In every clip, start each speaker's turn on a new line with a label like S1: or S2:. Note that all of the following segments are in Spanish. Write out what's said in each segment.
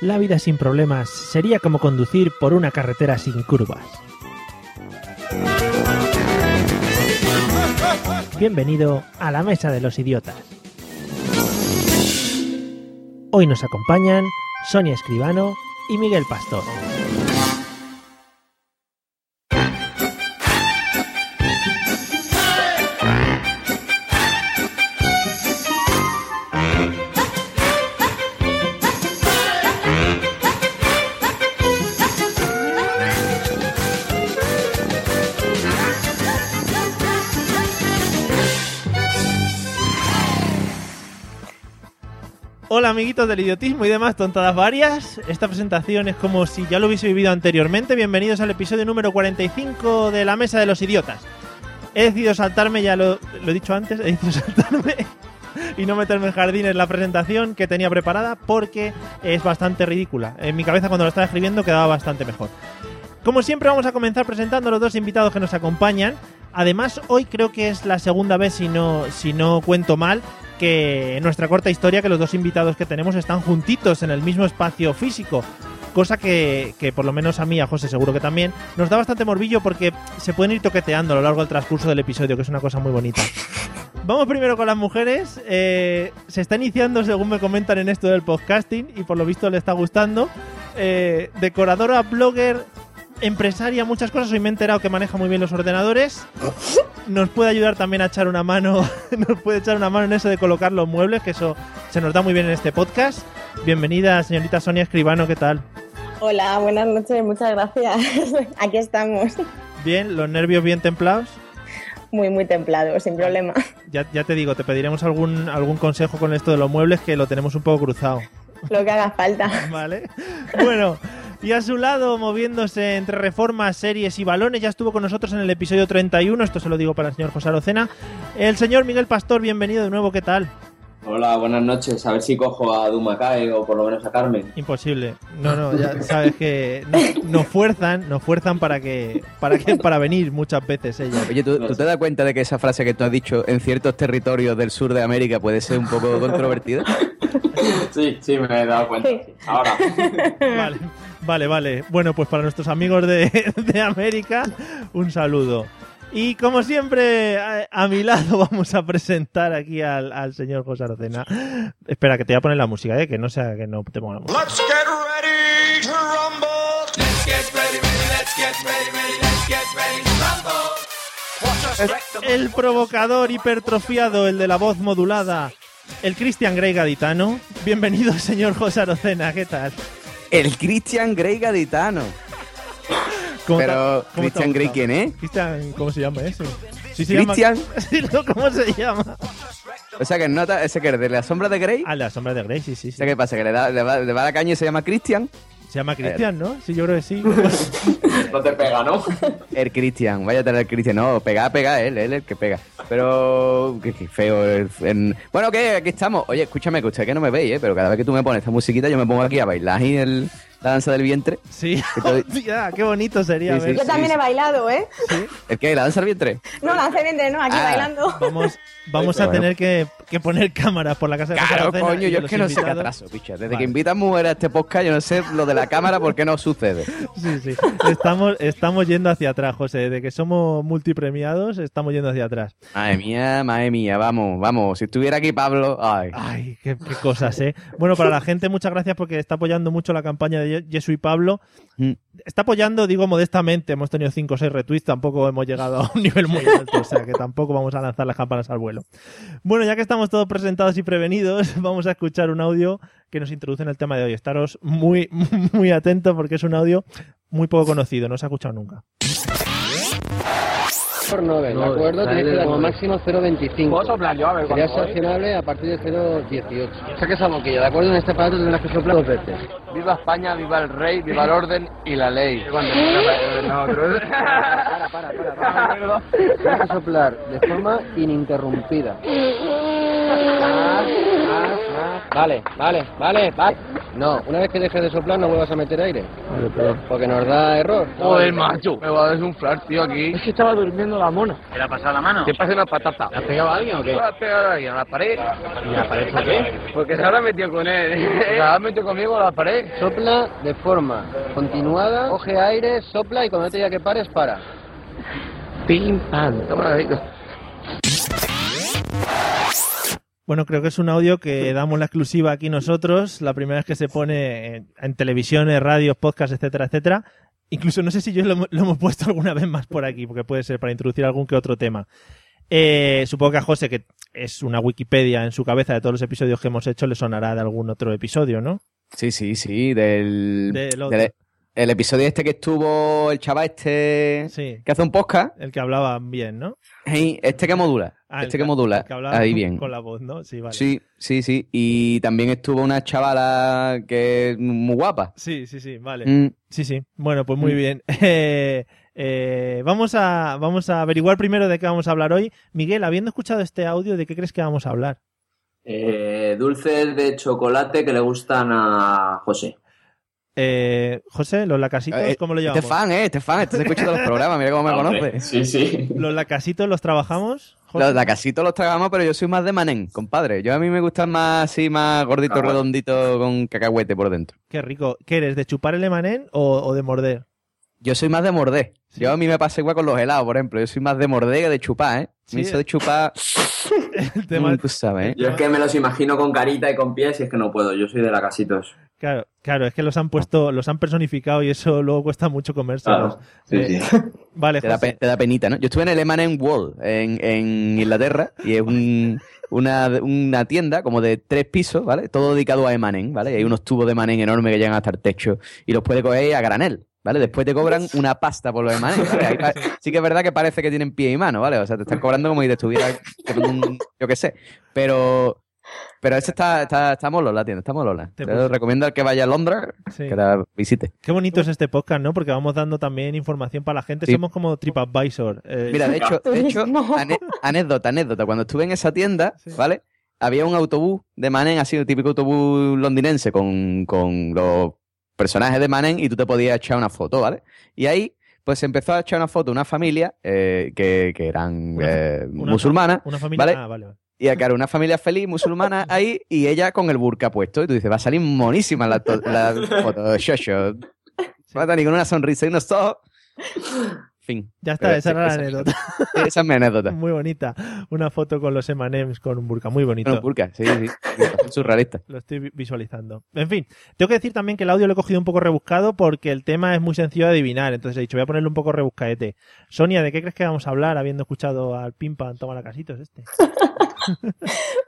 S1: La vida sin problemas sería como conducir por una carretera sin curvas. Bienvenido a la Mesa de los Idiotas. Hoy nos acompañan Sonia Escribano y Miguel Pastor. Hola amiguitos del idiotismo y demás tontadas varias. Esta presentación es como si ya lo hubiese vivido anteriormente. Bienvenidos al episodio número 45 de la Mesa de los Idiotas. He decidido saltarme, ya lo, lo he dicho antes, he decidido saltarme y no meterme en jardines la presentación que tenía preparada porque es bastante ridícula. En mi cabeza cuando lo estaba escribiendo quedaba bastante mejor. Como siempre vamos a comenzar presentando a los dos invitados que nos acompañan. Además, hoy creo que es la segunda vez, si no, si no cuento mal, que en nuestra corta historia que los dos invitados que tenemos están juntitos en el mismo espacio físico. Cosa que, que por lo menos a mí, a José seguro que también, nos da bastante morbillo porque se pueden ir toqueteando a lo largo del transcurso del episodio, que es una cosa muy bonita. Vamos primero con las mujeres. Eh, se está iniciando, según me comentan, en esto del podcasting y por lo visto le está gustando. Eh, decoradora, blogger, empresaria, muchas cosas. Hoy me he enterado que maneja muy bien los ordenadores. Nos puede ayudar también a echar una mano, nos puede echar una mano en eso de colocar los muebles, que eso se nos da muy bien en este podcast. Bienvenida, señorita Sonia Escribano, ¿qué tal?
S2: Hola, buenas noches, muchas gracias. Aquí estamos.
S1: Bien, los nervios bien templados.
S2: Muy, muy templados,
S3: Ah.
S2: sin problema.
S1: Ya, ya te digo, te pediremos algún, algún consejo con esto de los muebles que lo tenemos un poco cruzado.
S2: Lo que haga falta.
S1: Vale. Bueno. Y a su lado, moviéndose entre reformas, series y balones, ya estuvo con nosotros en el episodio 31, esto se lo digo para el señor José Arocena, el señor Miguel Pastor, bienvenido de nuevo, ¿qué tal?
S4: Hola, buenas noches. A ver si cojo a Dumacae o por lo menos a Carmen.
S1: Imposible. No, no, ya sabes que nos, nos fuerzan, nos fuerzan para que, para que, para venir muchas veces ella.
S3: Oye, ¿tú, ¿tú, te das cuenta de que esa frase que tú has dicho en ciertos territorios del sur de América puede ser un poco controvertida?
S4: Sí, sí, me he dado cuenta. Ahora.
S1: Vale. Vale, vale. Bueno, pues para nuestros amigos de, de América, un saludo. Y como siempre, a, a, mi lado vamos a presentar aquí al, al señor José Arcena. Espera, que te voy a poner la música, ¿eh? que no sea que no te ponga la música. Let's get ready to rumble. Let's get ready, ready, let's get ready, ready, let's get ready to rumble. El provocador hipertrofiado, el de la voz modulada, el Christian Grey gaditano. Bienvenido, señor José Arocena, ¿qué tal?
S3: El Christian Grey gaditano. ¿Cómo Pero, ¿cómo ¿Christian Grey quién es?
S1: Christian, ¿cómo se llama eso?
S3: ¿Sí se ¿Christian?
S1: Llama... ¿Cómo se llama?
S3: O sea, que nota, ese que es de la sombra de Grey.
S1: Ah, la sombra de Grey, sí, sí. sí.
S3: O sea, ¿qué pasa? ¿Que le, da, le, va, le va la caña y se llama Christian?
S1: Se llama Cristian, ¿no? Sí, yo creo que sí.
S4: no te pega, ¿no?
S3: El Cristian, vaya a tener el Cristian. No, pega, pega, él, él el que pega. Pero, qué, qué feo. El, el... Bueno, que aquí estamos. Oye, escúchame, que usted que no me veis, ¿eh? Pero cada vez que tú me pones esta musiquita, yo me pongo aquí a bailar y el, la danza del vientre.
S1: Sí, Hostia, qué bonito sería. Sí, sí,
S2: yo
S1: sí,
S2: también he bailado, ¿eh?
S3: ¿Sí? ¿El qué? ¿La danza del vientre?
S2: No, la danza del vientre, no, aquí ah. bailando.
S1: Vamos, vamos a bueno. tener que, que, poner cámaras por la casa de
S3: Claro, la coño, yo es que no sé qué atraso, picha. Desde vale. que invitan mujeres a este podcast, yo no sé lo de la cámara por qué no sucede.
S1: Sí, sí. Estamos, estamos yendo hacia atrás, José. Desde que somos multipremiados, estamos yendo hacia atrás.
S3: Madre mía, madre mía, vamos, vamos. Si estuviera aquí Pablo, ay.
S1: Ay, qué, qué cosas, ¿eh? Bueno, para la gente, muchas gracias porque está apoyando mucho la campaña de Yesu y Pablo. Está apoyando, digo modestamente, hemos tenido 5 o 6 retweets, tampoco hemos llegado a un nivel muy alto, o sea que tampoco vamos a lanzar las campanas al vuelo. Bueno, ya que estamos todos presentados y prevenidos, vamos a escuchar un audio que nos introduce en el tema de hoy. Estaros muy, muy atentos porque es un audio muy poco conocido, no se ha escuchado nunca.
S5: por 9, ¿de acuerdo? Tienes que dar como máximo 0,25.
S6: Puedo soplar yo, a ver
S5: Sería
S6: cuánto voy.
S5: sancionable a partir de 0,18. Saca esa boquilla, ¿de acuerdo? En este aparato tendrás que soplar dos veces.
S6: Viva España, viva el rey, viva el orden y la ley.
S5: Para, para, para. para. Tienes que soplar de forma ininterrumpida. Más, más, más. Vale, vale, vale, vale. No, una vez que dejes de soplar no vuelvas a meter aire. Porque nos da error.
S6: Joder, macho. Me va a desunflar, tío, aquí.
S5: que estaba durmiendo la mona.
S6: ¿Te la ha pasado la mano? Te pasa una patata. ¿La ha pegado a alguien o qué? La ha pegado a alguien, a la pared. ¿Y la pared por qué? Porque se habrá metido con él. Se habrá metido conmigo a la pared.
S5: Sopla de forma continuada, coge aire, sopla y cuando te diga que pares, para.
S6: Pim, pam. Toma,
S1: Bueno, creo que es un audio que damos la exclusiva aquí nosotros, la primera vez que se pone en, en televisiones, radios, podcasts, etcétera, etcétera. Incluso no sé si yo lo, hemo- lo hemos puesto alguna vez más por aquí, porque puede ser para introducir algún que otro tema. Eh, supongo que a José, que es una Wikipedia en su cabeza de todos los episodios que hemos hecho, le sonará de algún otro episodio, ¿no?
S3: Sí, sí, sí, del...
S1: Del otro.
S3: del- el episodio este que estuvo el chaval este
S1: Sí,
S3: que hace un podcast.
S1: el que hablaba bien, ¿no?
S3: Hey, este que modula.
S1: Ah, el
S3: este que
S1: ca-
S3: modula.
S1: El que hablaba
S3: Ahí
S1: con-
S3: bien.
S1: con la voz, ¿no? Sí, vale.
S3: Sí, sí, sí. Y también estuvo una chavala que es muy guapa.
S1: sí, sí, sí, vale.
S3: Mm,
S1: Sí, sí. Bueno, pues muy
S3: Mm.
S1: bien. Eh, eh, vamos, a, vamos a averiguar primero de qué vamos a hablar hoy. Miguel, habiendo escuchado este audio, ¿de qué crees que vamos a hablar?
S4: Eh, dulces de chocolate que le gustan a José.
S1: Eh, José, los lacasitos,
S3: Eh,
S1: ¿cómo lo
S3: Este
S1: llamamos?
S3: es fan, ¿eh? Este es fan. Este se escucha todos los programas. Mira cómo me
S4: Ah, Hombre,
S3: conoce.
S4: Sí, sí.
S1: ¿Los lacasitos los trabajamos? José?
S3: Los lacasitos los tragamos, pero yo soy más de manen, compadre. Yo a mí me gustan más así, más gordito,
S4: Cacahuete.
S3: redondito, con cacahuete por dentro.
S1: Qué rico. ¿Qué eres, de chupar el emanén o, o de morder?
S3: Yo soy más de morder.
S1: Sí.
S3: Yo a mí me pasa igual con los helados, por ejemplo. Yo soy más de morder que de chupar, ¿eh?
S1: Sí.
S3: Me hizo de chupar.
S1: El tema-
S3: mm, tú sabes, ¿eh?
S4: Yo es que me los imagino con carita y con pies y es que no puedo. Yo soy de la casitos.
S1: claro, claro, es que los han puesto, los han personificado y eso luego cuesta mucho comérselos.
S4: Sí,
S1: Eh,
S4: sí.
S1: Vale,
S3: Te da, pe-
S1: José.
S3: te da penita, ¿no? Yo estuve en el Emanen Wall, en, en Inglaterra, y es un- una, una tienda como de tres pisos, ¿vale? Todo dedicado a Emanen, ¿vale? Y hay unos tubos de Emanen enormes que llegan hasta el techo y los puedes coger a granel, ¿vale? Después te cobran una pasta por los Emanen, ¿vale? Ahí pa- sí que es verdad que parece que tienen pie y mano, ¿vale? O sea, te están cobrando como si te estuviera, comiendo un- yo qué sé, pero... Pero ese está, está, está molola, la tienda, está molola.
S1: Te
S3: Te,
S1: puse.
S3: lo recomiendo al que vaya a Londres,
S1: Sí.
S3: que la visite.
S1: Qué bonito es este podcast, ¿no? Porque vamos dando también información para la gente.
S3: Sí.
S1: Somos como TripAdvisor. Eh,
S3: Mira, de hecho, de hecho
S2: Turismo.
S3: ane- anécdota, anécdota. Cuando estuve en esa tienda,
S1: Sí.
S3: ¿vale? Había un autobús de Manen, así, el típico autobús londinense con, con los personajes de Manen y tú te podías echar una foto, ¿vale? Y ahí, pues se empezó a echar una foto una familia eh, que, que eran
S1: Una fa-
S3: eh,
S1: una fa-
S3: musulmanas
S1: una familia.
S3: Vale.
S1: Ah, vale, vale.
S3: y claro, una familia feliz musulmana ahí y ella con el burka puesto. Y tú dices, va a salir monísima la, to- la foto, shosho. Va a salir con una sonrisa y unos ojos. Fin.
S1: Ya está,
S3: Pero
S1: esa era la
S3: esa-
S1: anécdota.
S3: Esa es mi anécdota.
S1: Muy bonita. Una foto con los Emanems con un burka. Muy bonito.
S3: Bueno, Pulca, sí, sí. Surrealista.
S1: Lo estoy vi- visualizando. En fin, tengo que decir también que el audio lo he cogido un poco rebuscado porque el tema es muy sencillo de adivinar. Entonces he dicho, voy a ponerle un poco rebuscadete. Sonia, ¿de qué crees que vamos a hablar habiendo escuchado al Pim Pam Toma la Casitos este?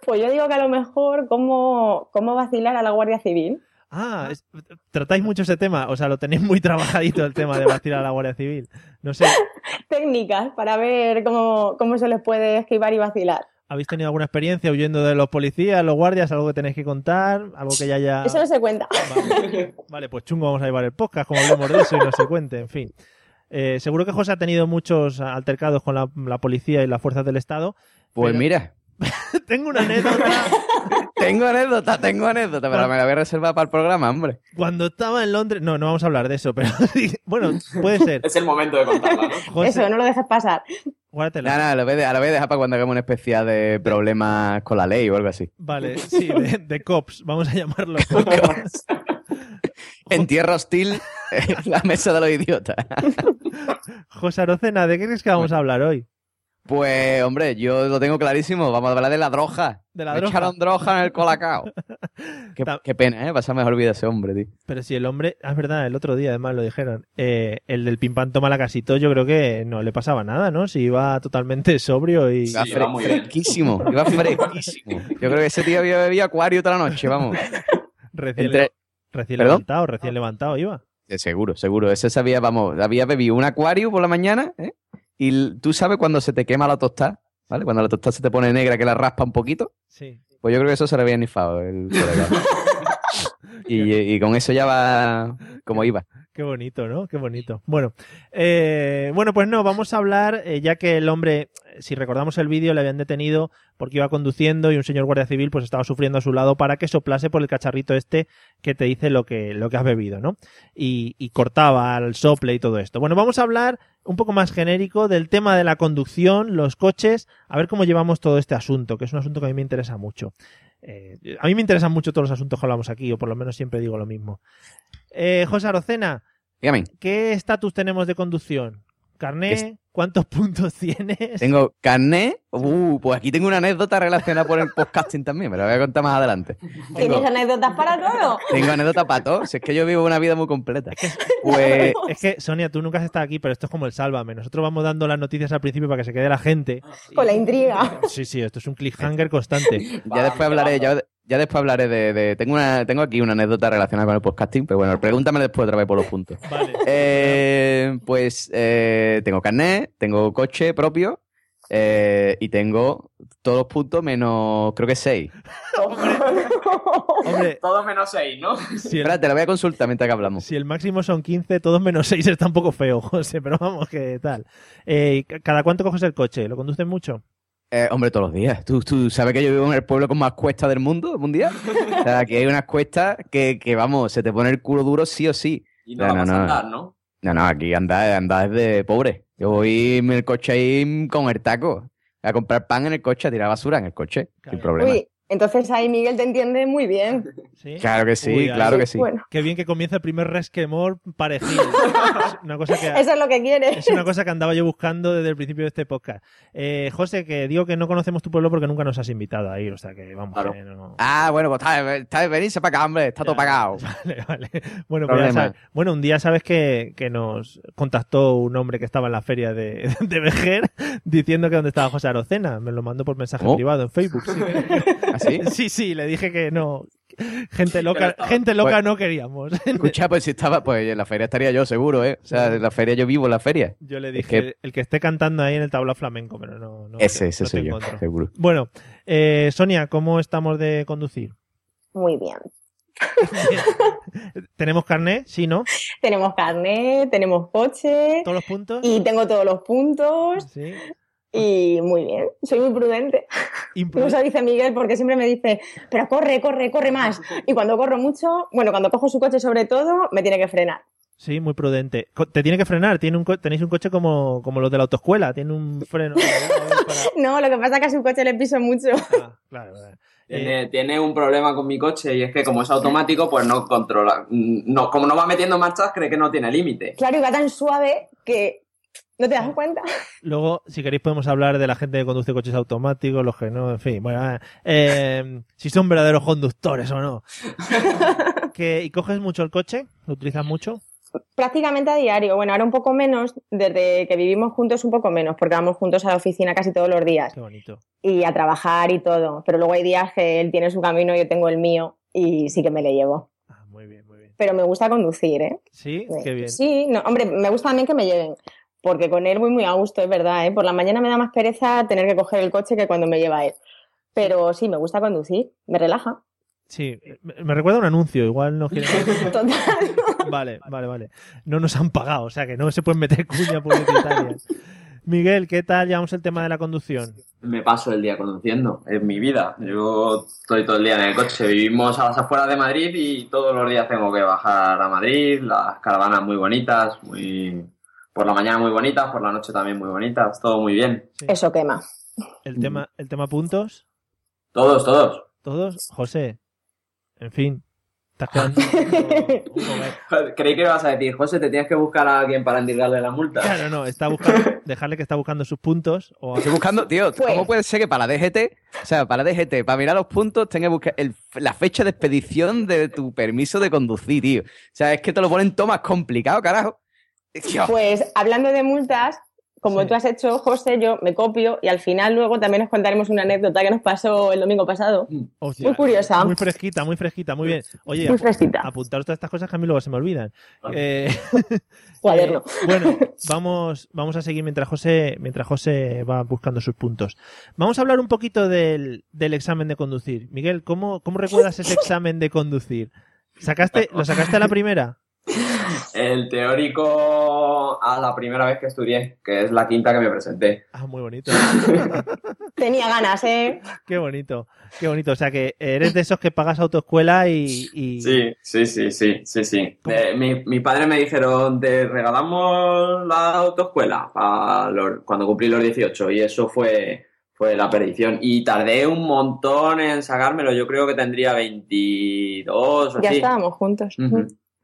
S2: Pues yo digo que a lo mejor cómo, cómo vacilar a la Guardia Civil.
S1: Ah, es- tratáis mucho ese tema. O sea, lo tenéis muy trabajadito el tema de vacilar a la Guardia Civil. No sé,
S2: Técnicas para ver cómo, cómo se les puede esquivar y vacilar.
S1: ¿habéis tenido alguna experiencia huyendo de los policías, los guardias? ¿Algo que tenéis que contar? ¿Algo que ya
S3: Ah.
S1: haya...?
S2: Eso no se cuenta.
S1: Vale. Vale, pues chungo, vamos a llevar el podcast, como hablemos de eso y no se cuente, en fin. Eh, seguro que José ha tenido muchos altercados con la, la policía y las fuerzas del Estado.
S3: Pues
S1: Pero-
S3: mira,
S1: Tengo una anécdota.
S3: tengo anécdota, tengo anécdota, pero me la voy a reservar para el programa, hombre.
S1: Cuando estaba en Londres. No, no vamos a hablar de eso, pero sí, bueno, puede ser.
S4: Es el momento de contarla, ¿no?
S1: José,
S3: Pues
S2: Eso, no lo dejes pasar.
S1: guárdatela.
S3: Nada, nada, lo voy a dejar para cuando hagamos una especial de problemas con la ley o algo así.
S1: Vale, sí, de, de cops, vamos a llamarlo.
S3: En tierra hostil, en la mesa de los idiotas.
S1: José Arocena, ¿de qué crees que vamos a hablar hoy?
S3: Pues, hombre, yo lo tengo clarísimo. Vamos a hablar de la droja.
S1: De la
S3: Me
S1: droga.
S3: echaron droja en el colacao. Qué,
S1: Ta-
S3: qué pena, ¿eh? Pasa mejor vida ese hombre, tío.
S1: Pero si el hombre, ah, es verdad, el otro día además lo dijeron, eh, el del pimpán toma la casito, yo creo que no le pasaba nada, ¿no? Si iba totalmente sobrio y...
S3: Iba
S4: Sí, iba
S3: fre-
S4: muy bien.
S3: fresquísimo, iba fresquísimo. Yo creo que ese tío había bebido acuario toda la noche, vamos.
S1: Recién,
S3: Entre,
S1: recién
S3: ¿Perdón?
S1: levantado, recién levantado iba.
S3: Eh, Seguro, seguro. Ese sabía, vamos, había bebido un acuario por la mañana, ¿eh? y l- tú sabes cuando se te quema la tostada, ¿vale? Cuando la tostada se te pone negra que la raspa un poquito,
S1: Sí.
S3: pues yo creo que eso se le había nifado el colega. y, y con eso ya va como iba.
S1: Qué bonito, ¿no? Qué bonito. Bueno, eh, bueno, pues no, vamos a hablar, eh, ya que el hombre, eh, si recordamos el vídeo, le habían detenido porque iba conduciendo y un señor guardia civil pues estaba sufriendo a su lado para que soplase por el cacharrito este que te dice lo que, lo que has bebido, ¿no? Y, y cortaba al sople y todo esto. Bueno, vamos a hablar un poco más genérico del tema de la conducción, los coches, a ver cómo llevamos todo este asunto, que es un asunto que a mí me interesa mucho. Eh, a mí me interesan mucho todos los asuntos que hablamos aquí, o por lo menos siempre digo lo mismo. Eh, José Arocena,
S3: Dígame,
S1: ¿Qué estatus tenemos de conducción? ¿Carné?
S3: Es-
S1: ¿Cuántos puntos tienes?
S3: tengo carné. Uh, pues aquí tengo una anécdota relacionada por el podcasting también, me la voy a contar más adelante.
S2: ¿Tienes
S3: Tengo,
S2: anécdotas para todo?
S3: tengo anécdota para todo, si es que yo vivo una vida muy completa. Pues
S1: Es que, Sonia, tú nunca has estado aquí, pero esto es como el sálvame. Nosotros vamos dando las noticias al principio para que se quede la gente. Eh.
S2: Con la intriga.
S1: Sí, sí, esto es un cliffhanger constante.
S3: Ya después hablaré, ya, ya después hablaré de, de- tengo una, tengo aquí una anécdota relacionada con el podcasting, pero bueno, pregúntame después otra vez por los puntos.
S1: Vale.
S3: Eh, pues eh, tengo carnet, tengo coche propio eh, y tengo todos los puntos menos creo que seis.
S1: Hombre,
S4: Todos menos seis, ¿no?
S1: si el,
S3: Espera, te la voy a consultar mientras que hablamos.
S1: si el máximo son 15, todos menos 6 está un poco feo, José, pero vamos, que tal. Eh, ¿ca- ¿Cada cuánto coges el coche? ¿Lo conduces mucho?
S3: Eh, hombre, todos los días. ¿Tú, tú sabes que yo vivo en el pueblo con más cuestas del mundo mundial. O sea, aquí hay unas cuestas que, que, vamos, se te pone el culo duro sí o sí.
S4: Y no,
S3: No,
S4: va a
S3: no, no.
S4: andar, ¿no?
S3: No, no, aquí anda, anda es de pobre. Yo voy en el coche ahí con el taco. A comprar pan en el coche, a tirar basura en el coche,
S1: Claro.
S3: sin problema.
S2: Uy, entonces ahí Miguel te entiende muy bien.
S1: ¿Sí?
S3: Claro que sí,
S1: Uy, ahí-
S3: claro que sí.
S2: Bueno,
S1: Qué bien que comienza el primer resquemor parecido. Es una cosa que
S2: eso es lo que quiere.
S1: Es una cosa que andaba yo buscando desde el principio de este podcast. Eh, José, que digo que no conocemos tu pueblo porque nunca nos has invitado a ir, o sea que vamos.
S4: Claro.
S1: que no-
S3: Ah, bueno, pues está, está venirse para acá, hombre, está todo
S1: Ya.
S3: pagado.
S1: Vale, vale. Bueno, pues ya
S3: Problema.
S1: sabes. bueno, un día sabes que, que nos contactó un hombre que estaba en la feria de, de Vejer diciendo que dónde estaba José Arocena. Me lo mandó por mensaje
S3: Oh.
S1: privado en Facebook. sí.
S3: ¿Así?
S1: Sí, sí, le dije que no. Gente loca,
S4: estaba-
S1: gente loca
S3: Pues-
S1: no queríamos.
S3: Escucha, pues si estaba, pues en la feria estaría yo, seguro, ¿eh? O sea, en la feria yo vivo en la feria.
S1: Yo le
S3: Es
S1: dije, el que esté cantando ahí en el tablao flamenco, pero no. no
S3: ese,
S1: no
S3: ese
S1: te
S3: soy yo,
S1: encuentro.
S3: seguro.
S1: Bueno, eh, Sonia, ¿cómo estamos de conducir?
S2: Muy bien.
S1: ¿Tenemos carnet? Sí, ¿no?
S2: Tenemos carnet, tenemos coche
S1: ¿Todos los puntos?
S2: y tengo todos los puntos
S1: Sí.
S2: y muy bien. Soy muy prudente. No
S1: Impru-
S2: se lo dice Miguel porque siempre me dice, pero corre, corre, corre más. Y cuando corro mucho, bueno, cuando cojo su coche sobre todo, me tiene que frenar.
S1: Sí, muy prudente. Co- Te tiene que frenar. Tiene un co- tenéis un coche como, como los de la autoescuela. Tiene un freno.
S2: No, lo que pasa es que a su coche le piso mucho.
S1: Ah, claro, claro. Eh,
S4: Tiene, tiene un problema con mi coche y es que como es automático, pues no controla. Mm, No, como no va metiendo marchas, cree que no tiene límite.
S2: Claro, y va tan suave que no te das cuenta.
S1: luego, si queréis, podemos hablar de la gente que conduce coches automáticos, los que no, en fin. Bueno, eh, si son verdaderos conductores o no. Que- ¿Y coges mucho el coche? ¿Lo utilizas mucho?
S2: Prácticamente a diario. Bueno, ahora un poco menos, desde que vivimos juntos un poco menos, porque vamos juntos a la oficina casi todos los días
S1: Qué bonito.
S2: y a trabajar y todo. Pero luego hay días que él tiene su camino, yo tengo el mío y sí que me le llevo.
S1: Ah, muy bien, muy bien.
S2: Pero me gusta conducir, ¿eh?
S1: ¿Sí? Qué bien.
S2: Sí, no, hombre, me gusta también que me lleven, porque con él voy muy a gusto, es verdad, ¿eh? Por la mañana me da más pereza tener que coger el coche que cuando me lleva él. Pero sí, me gusta conducir, me relaja.
S1: Sí. Me, me recuerda a un anuncio. Igual no quieren...
S2: Total.
S1: Vale, vale, vale. No nos han pagado, o sea que no se pueden meter cuña publicitaria. Miguel, ¿qué tal? Llevamos el tema de la conducción.
S4: Me paso el día conduciendo, es mi vida. Yo estoy todo el día en el coche. Vivimos a las afueras de Madrid y todos los días tengo que bajar a Madrid. Las caravanas muy bonitas, muy por la mañana muy bonitas, por la noche también muy bonitas, todo muy bien.
S2: Eso quema.
S1: El tema, el tema puntos,
S4: Todos, todos.
S1: todos. José, en fin, estás quedando.
S4: Creí que ibas a decir, José, te tienes que buscar a alguien para endilgarle la multa.
S1: Claro, no, está buscando, dejarle que está buscando sus puntos. O...
S3: Estoy buscando, tío,
S2: Pues-
S3: ¿cómo puede ser que para la DGT, o sea, para la DGT, para mirar los puntos, tenga que buscar el- la fecha de expedición de tu permiso de conducir, tío? O
S1: Pues
S3: sea, es que oh, te lo ponen todo más complicado, carajo. Tío,
S2: Pues hablando de multas, como
S1: Sí.
S2: tú has hecho, José, yo me copio y al final luego también os contaremos una anécdota que nos pasó el domingo pasado.
S1: Hostia,
S2: Muy curiosa.
S1: Muy fresquita, muy fresquita, muy bien. Oye,
S2: Muy
S1: apu-
S2: fresquita.
S1: apuntaros todas estas cosas que a mí luego se me olvidan. Eh,
S2: Cuaderno.
S1: eh, bueno, vamos, vamos a seguir mientras José, mientras José va buscando sus puntos. Vamos a hablar un poquito del, del examen de conducir. Miguel, ¿cómo, ¿cómo recuerdas ese examen de conducir? ¿Sacaste, ¿Lo sacaste a la primera?
S4: El teórico a la primera vez que estudié, que es la quinta que me presenté.
S1: Ah, muy bonito.
S2: Tenía ganas, ¿eh?
S1: Qué bonito, qué bonito. O sea que eres de esos que pagas autoescuela y... y-
S4: Sí, sí, sí, sí, sí, sí. Eh, mi, mi padre me dijeron, te regalamos la autoescuela pa los- cuando cumplí los 18 y eso fue, fue la perdición. Y tardé un montón en sacármelo, yo creo que tendría 22 o
S2: Ya
S4: así.
S2: estábamos juntos.
S4: Pues
S2: Mm.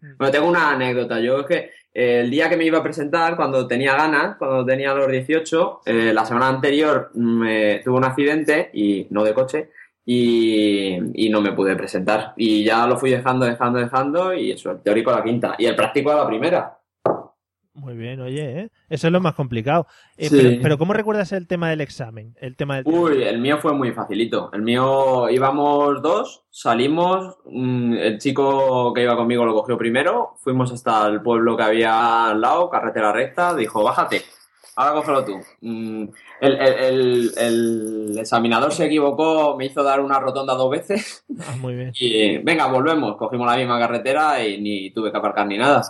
S4: Ujú. Bueno, tengo una anécdota. Yo es que eh, el día que me iba a presentar, cuando tenía ganas, cuando tenía los 18, eh, la semana anterior me tuve un accidente, y no de coche, y, y no me pude presentar. Y ya lo fui dejando, dejando, dejando, y eso, el teórico a la quinta, y el práctico a la primera.
S1: Muy bien, oye, ¿eh? eso es lo más complicado. Eh,
S4: Sí.
S1: pero, pero ¿cómo recuerdas el tema del examen? El tema del
S4: Uy, el mío fue muy facilito. El mío íbamos dos, salimos, mm, el chico que iba conmigo lo cogió primero, fuimos hasta el pueblo que había al lado, carretera recta, dijo, bájate, ahora cógelo tú. Mm, El, el- el- el examinador se equivocó, me hizo dar una rotonda dos veces
S1: Ah, muy bien.
S4: y venga, volvemos, cogimos la misma carretera y ni tuve que aparcar ni nada.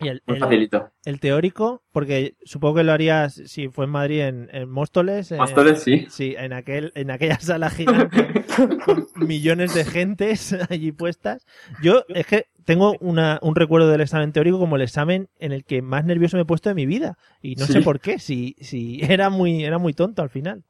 S1: Y el,
S4: Muy
S1: el-
S4: facilito.
S1: el teórico, porque supongo que lo harías si fue en Madrid, en, en Móstoles. en-
S4: Pastores, sí.
S1: Sí, en, aquel, en aquella sala gigante con millones de gentes allí puestas. Yo es que tengo una, un recuerdo del examen teórico como el examen en el que más nervioso me he puesto de mi vida. Y no sé
S4: Sí.
S1: por qué, si, si era, muy, era muy tonto al final.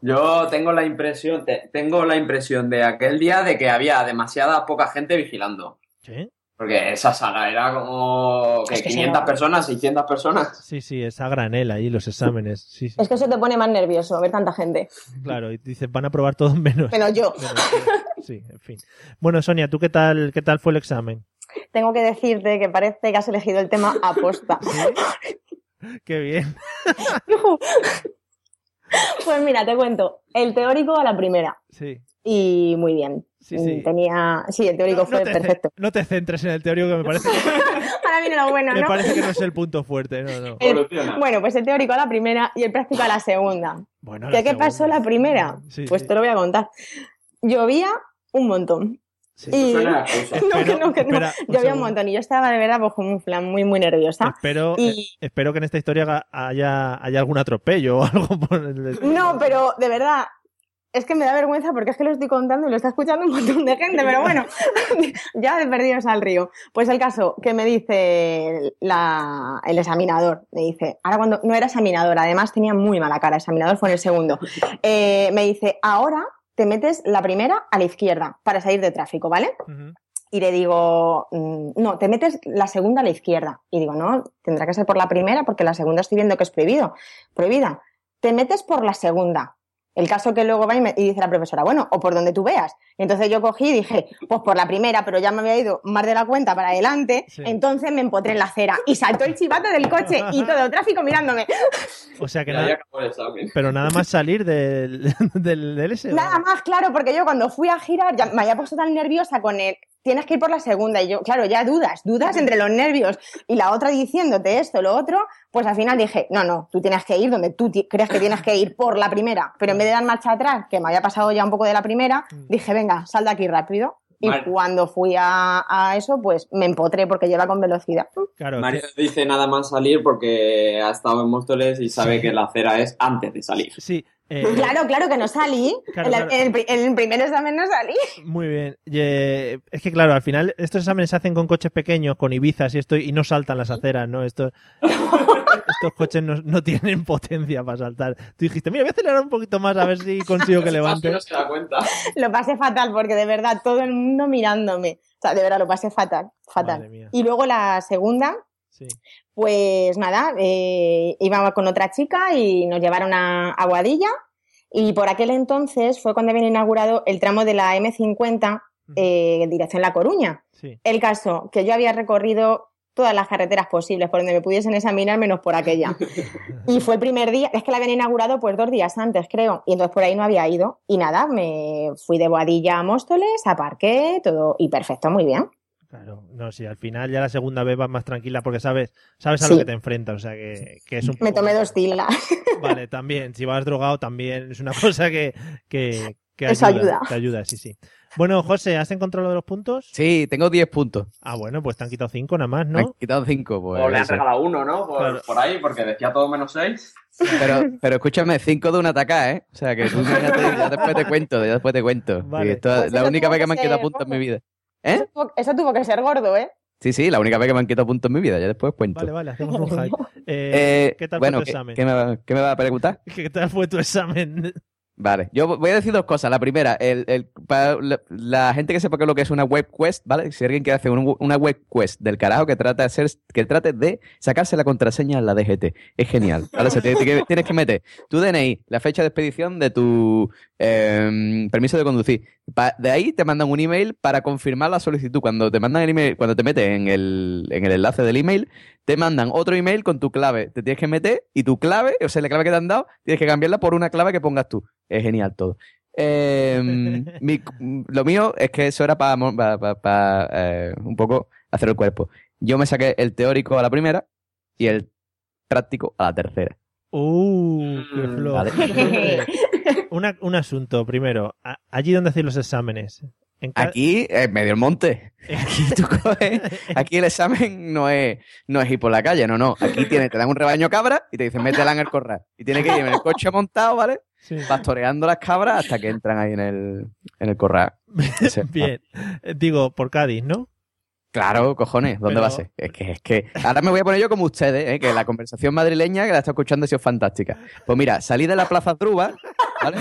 S4: Yo tengo la impresión, te- tengo la impresión de aquel día de que había demasiada poca gente vigilando.
S1: Sí,
S4: Porque esa sala era como que
S2: Es que
S4: 500
S2: era-
S4: personas, 600 personas.
S1: sí, sí es a granel ahí los exámenes. Sí, sí,
S2: Es que eso te pone más nervioso, ver tanta gente.
S1: claro. Y dices, van a probar todos menos.
S2: Menos yo.
S1: Menos tú. Sí, en fin. Bueno, Sonia, ¿tú qué tal, qué tal fue el examen?
S2: Tengo que decirte que parece que has elegido el tema aposta.
S1: Qué bien.
S2: Pues mira, te cuento. El teórico a la primera.
S1: Sí,
S2: Y muy bien.
S1: sí, sí.
S2: Tenía... Sí, el
S1: No-
S2: teórico
S1: no
S2: fue
S1: te ce-
S2: perfecto.
S1: no te centres en el teórico que me parece
S2: Ahora viene lo bueno,
S1: Me
S2: ¿no?
S1: parece que no es el punto fuerte, no, no.
S2: El-
S4: Evoluciona.
S2: Bueno, pues el teórico a la primera y el práctico a la segunda.
S1: Bueno,
S2: ¿Ya
S1: la
S2: qué pasó
S1: segunda.
S2: la primera?
S1: Sí,
S2: pues
S1: sí.
S2: te lo voy a contar. Llovía un montón.
S1: Sí.
S2: Y...
S4: Suena a cosa.
S2: No, que no, que no.
S1: espera, un
S2: Llovía un
S1: segundo.
S2: montón y yo estaba de verdad pues, con un plan muy, muy nerviosa.
S1: Espero,
S2: Y-
S1: eh, espero que en esta historia haga- haya, haya algún atropello o algo por el estilo.
S2: No, pero de verdad, es que me da vergüenza porque es que lo estoy contando y lo está escuchando un montón de gente, pero bueno, ya de perdidos al río. Pues el caso que me dice la- el examinador, me dice, ahora cuando no era examinador, además tenía muy mala cara, examinador fue en el segundo, Eh, me dice, ahora te metes la primera a la izquierda para salir de tráfico, ¿vale?
S1: Ujú.
S2: y le digo, mm, no, te metes la segunda a la izquierda. Y digo, no, tendrá que ser por la primera porque la segunda estoy viendo que es prohibido, prohibida. Te metes por la segunda. El caso que luego va y, me- y dice la profesora, bueno, o por donde tú veas. Y entonces yo cogí y dije, pues por la primera, pero ya me había ido más de la cuenta para adelante.
S1: Sí.
S2: Entonces me empotré en la acera y saltó el chivato del coche y todo el tráfico mirándome.
S1: O sea que
S4: Y ahí
S1: nada,
S4: acabó el examen.
S1: pero nada más salir del, del, del ese.
S2: Nada
S1: ¿no?
S2: más, claro, porque yo cuando fui a girar ya me había puesto tan nerviosa con él. Tienes que ir por la segunda. Y yo, claro, ya dudas, dudas entre los nervios y la otra diciéndote esto, lo otro. Pues al final dije, no, no, tú tienes que ir donde tú ti- crees que tienes que ir por la primera. Pero en vez de dar marcha atrás, que me había pasado ya un poco de la primera,
S1: Mm.
S2: dije, venga, sal de aquí rápido. Y
S4: Vale.
S2: cuando fui a, a eso, pues me empotré porque lleva con velocidad.
S1: Claro,
S4: Mario
S1: que-
S4: dice nada más salir porque ha estado en Móstoles y sabe que la acera es antes de salir.
S1: sí. eh,
S2: Claro, claro que no salí.
S1: Claro,
S2: en, la-
S1: claro.
S2: en el, pri- en el primer examen no salí.
S1: Muy bien. Y, eh, es que claro, al final estos exámenes se hacen con coches pequeños, con Ibizas y esto, y no saltan las aceras, ¿no? Estos, estos coches no, no tienen potencia para saltar. Tú dijiste, mira, voy a acelerar un poquito más a ver si consigo que levante.
S4: No se da cuenta.
S2: Lo pasé fatal porque de verdad todo el mundo mirándome. O sea, de verdad lo pasé fatal,
S1: Madre
S2: fatal.
S1: mía.
S2: Y luego la segunda,
S1: Sí.
S2: pues nada, eh, iba con otra chica y nos llevaron a Aguadilla. Y por aquel entonces fue cuando habían inaugurado el tramo de la M50
S1: Ujú.
S2: eh, en dirección La Coruña.
S1: Sí.
S2: El caso que yo había recorrido todas las carreteras posibles por donde me pudiesen examinar, menos por aquella. Y fue el primer día, es que la habían inaugurado pues dos días antes, creo, y entonces por ahí no había ido. Y nada, me fui de Boadilla a Móstoles, aparqué, todo, y perfecto, muy bien.
S1: Claro, no, sí, al final ya la segunda vez vas más tranquila porque sabes, sabes a
S2: Sí.
S1: lo que te enfrentas, o sea que, que es un
S2: Me
S1: poco-
S2: tomé dos tilas.
S1: Vale, también, si vas drogado también es una cosa que, que, que
S2: Eso ayuda.
S1: Te ayuda, sí, sí. Bueno, José, ¿has encontrado lo de los puntos?
S3: Sí, tengo 10 puntos.
S1: Ah, bueno, pues te han quitado cinco nada más,
S3: Me han
S1: ¿no?
S3: quitado 5. Pues,
S4: o le han
S3: eso.
S4: regalado uno, ¿no? Por,
S1: Claro.
S4: por ahí, porque decía todo menos seis.
S3: pero, pero escúchame, 5 de una tacada, ¿eh? O sea, que tú imagínate, ya después te cuento, ya después te cuento.
S1: Vale.
S3: Y esto es
S2: Pues
S3: la
S2: eso
S3: única
S2: tuvo
S3: vez
S2: que
S3: que me han quitado
S2: ser,
S3: puntos en mi
S2: vamos.
S3: vida. ¿Eh?
S2: Eso, tuvo, eso tuvo que ser gordo, ¿eh?
S3: Sí, sí, la única vez que me han quitado puntos en mi vida, ya después cuento.
S1: Vale, vale, hacemos un hack. Eh,
S3: Eh,
S1: ¿Qué tal
S3: bueno,
S1: fue tu
S3: ¿qué,
S1: examen?
S3: qué me, va- qué me va a preguntar?
S1: ¿Qué tal fue tu examen?
S3: Vale, yo voy a decir dos cosas. La primera, el, el- pa- la, la gente que sepa qué es lo que es una web quest, ¿vale? Si alguien quiere hacer un- una web quest del carajo que trata de hacer, que trate de sacarse la contraseña en la DGT. Es genial. Ahora se te- te- tienes que meter tu DNI, la fecha de expedición de tu eh, permiso de conducir. Pa- de ahí te mandan un email para confirmar la solicitud. Cuando te mandan el email, cuando te metes en el, en el enlace del email, te mandan otro email con tu clave. Te tienes que meter y tu clave, o sea, la clave que te han dado, tienes que cambiarla por una clave que pongas tú. Es genial todo. Eh, mi- lo mío es que eso era para eh, un poco hacer el cuerpo. Yo me saqué el teórico a la primera y el práctico a la tercera.
S1: Uh, qué
S4: Mm,
S1: flojo.
S3: vale.
S1: Hombre, Una- un asunto primero. A- allí donde hacéis los exámenes. En ca-
S3: Aquí, en medio del monte. Aquí tú coges- Aquí el examen no es, no es ir por la calle, no, no. Aquí tiene, te dan un rebaño cabra y te dicen, métela en el corral. Y tienes que ir en el coche montado, ¿vale?
S1: Sí.
S3: Pastoreando las cabras hasta que entran ahí en el, en el corral. Ese-
S1: Bien. Eh, Digo, por Cádiz, ¿no?
S3: Claro, cojones, ¿dónde
S1: Pero-
S3: va a ser? Es que, es que ahora me voy a poner yo como ustedes, ¿eh? que la conversación madrileña que la está escuchando ha sido fantástica. Pues mira, salí de la Plaza Druba, ¿vale?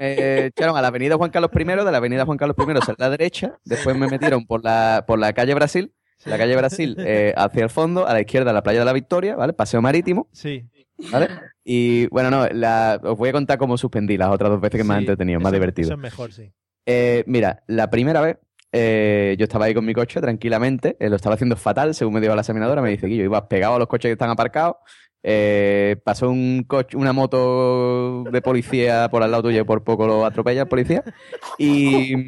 S3: Eh, echaron a la Avenida Juan Carlos I, de la Avenida Juan Carlos I a la derecha, después me metieron por la, por la calle Brasil, la calle Brasil eh, hacia el fondo, a la izquierda la Playa de la Victoria, ¿vale? Paseo Marítimo,
S1: Sí.
S3: ¿vale? Y bueno, no, la- os voy a contar cómo suspendí las otras dos veces que me han
S1: Sí,
S3: entretenido, más
S1: eso-
S3: divertido.
S1: Eso es mejor, sí.
S3: Eh, mira, la primera vez eh, yo estaba ahí con mi coche tranquilamente, eh, lo estaba haciendo fatal, según me dijo la examinadora, me dice que yo iba pegado a los coches que están aparcados. eh, pasó un coche, una moto de policía por al lado tuyo y por poco lo atropella el policía. Y,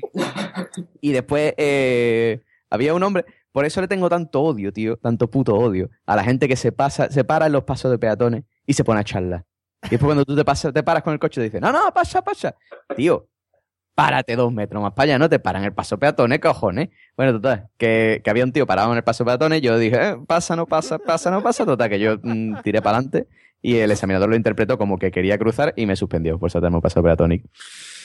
S3: y después eh, había un hombre. Por eso le tengo tanto odio, tío, tanto puto odio a la gente que se pasa, se para en los pasos de peatones y se pone a charlar. Y después cuando tú te pasas, te paras con el coche y te dicen, no, no, pasa, pasa. Tío, párate dos metros más para allá, no te paran el paso peatones, cojones. Bueno, total, que, que había un tío parado en el paso peatones, yo dije, eh, pasa, no pasa, pasa, no pasa, total, que yo mm, tiré para adelante y el examinador lo interpretó como que quería cruzar y me suspendió por saltarme un paso peatónico.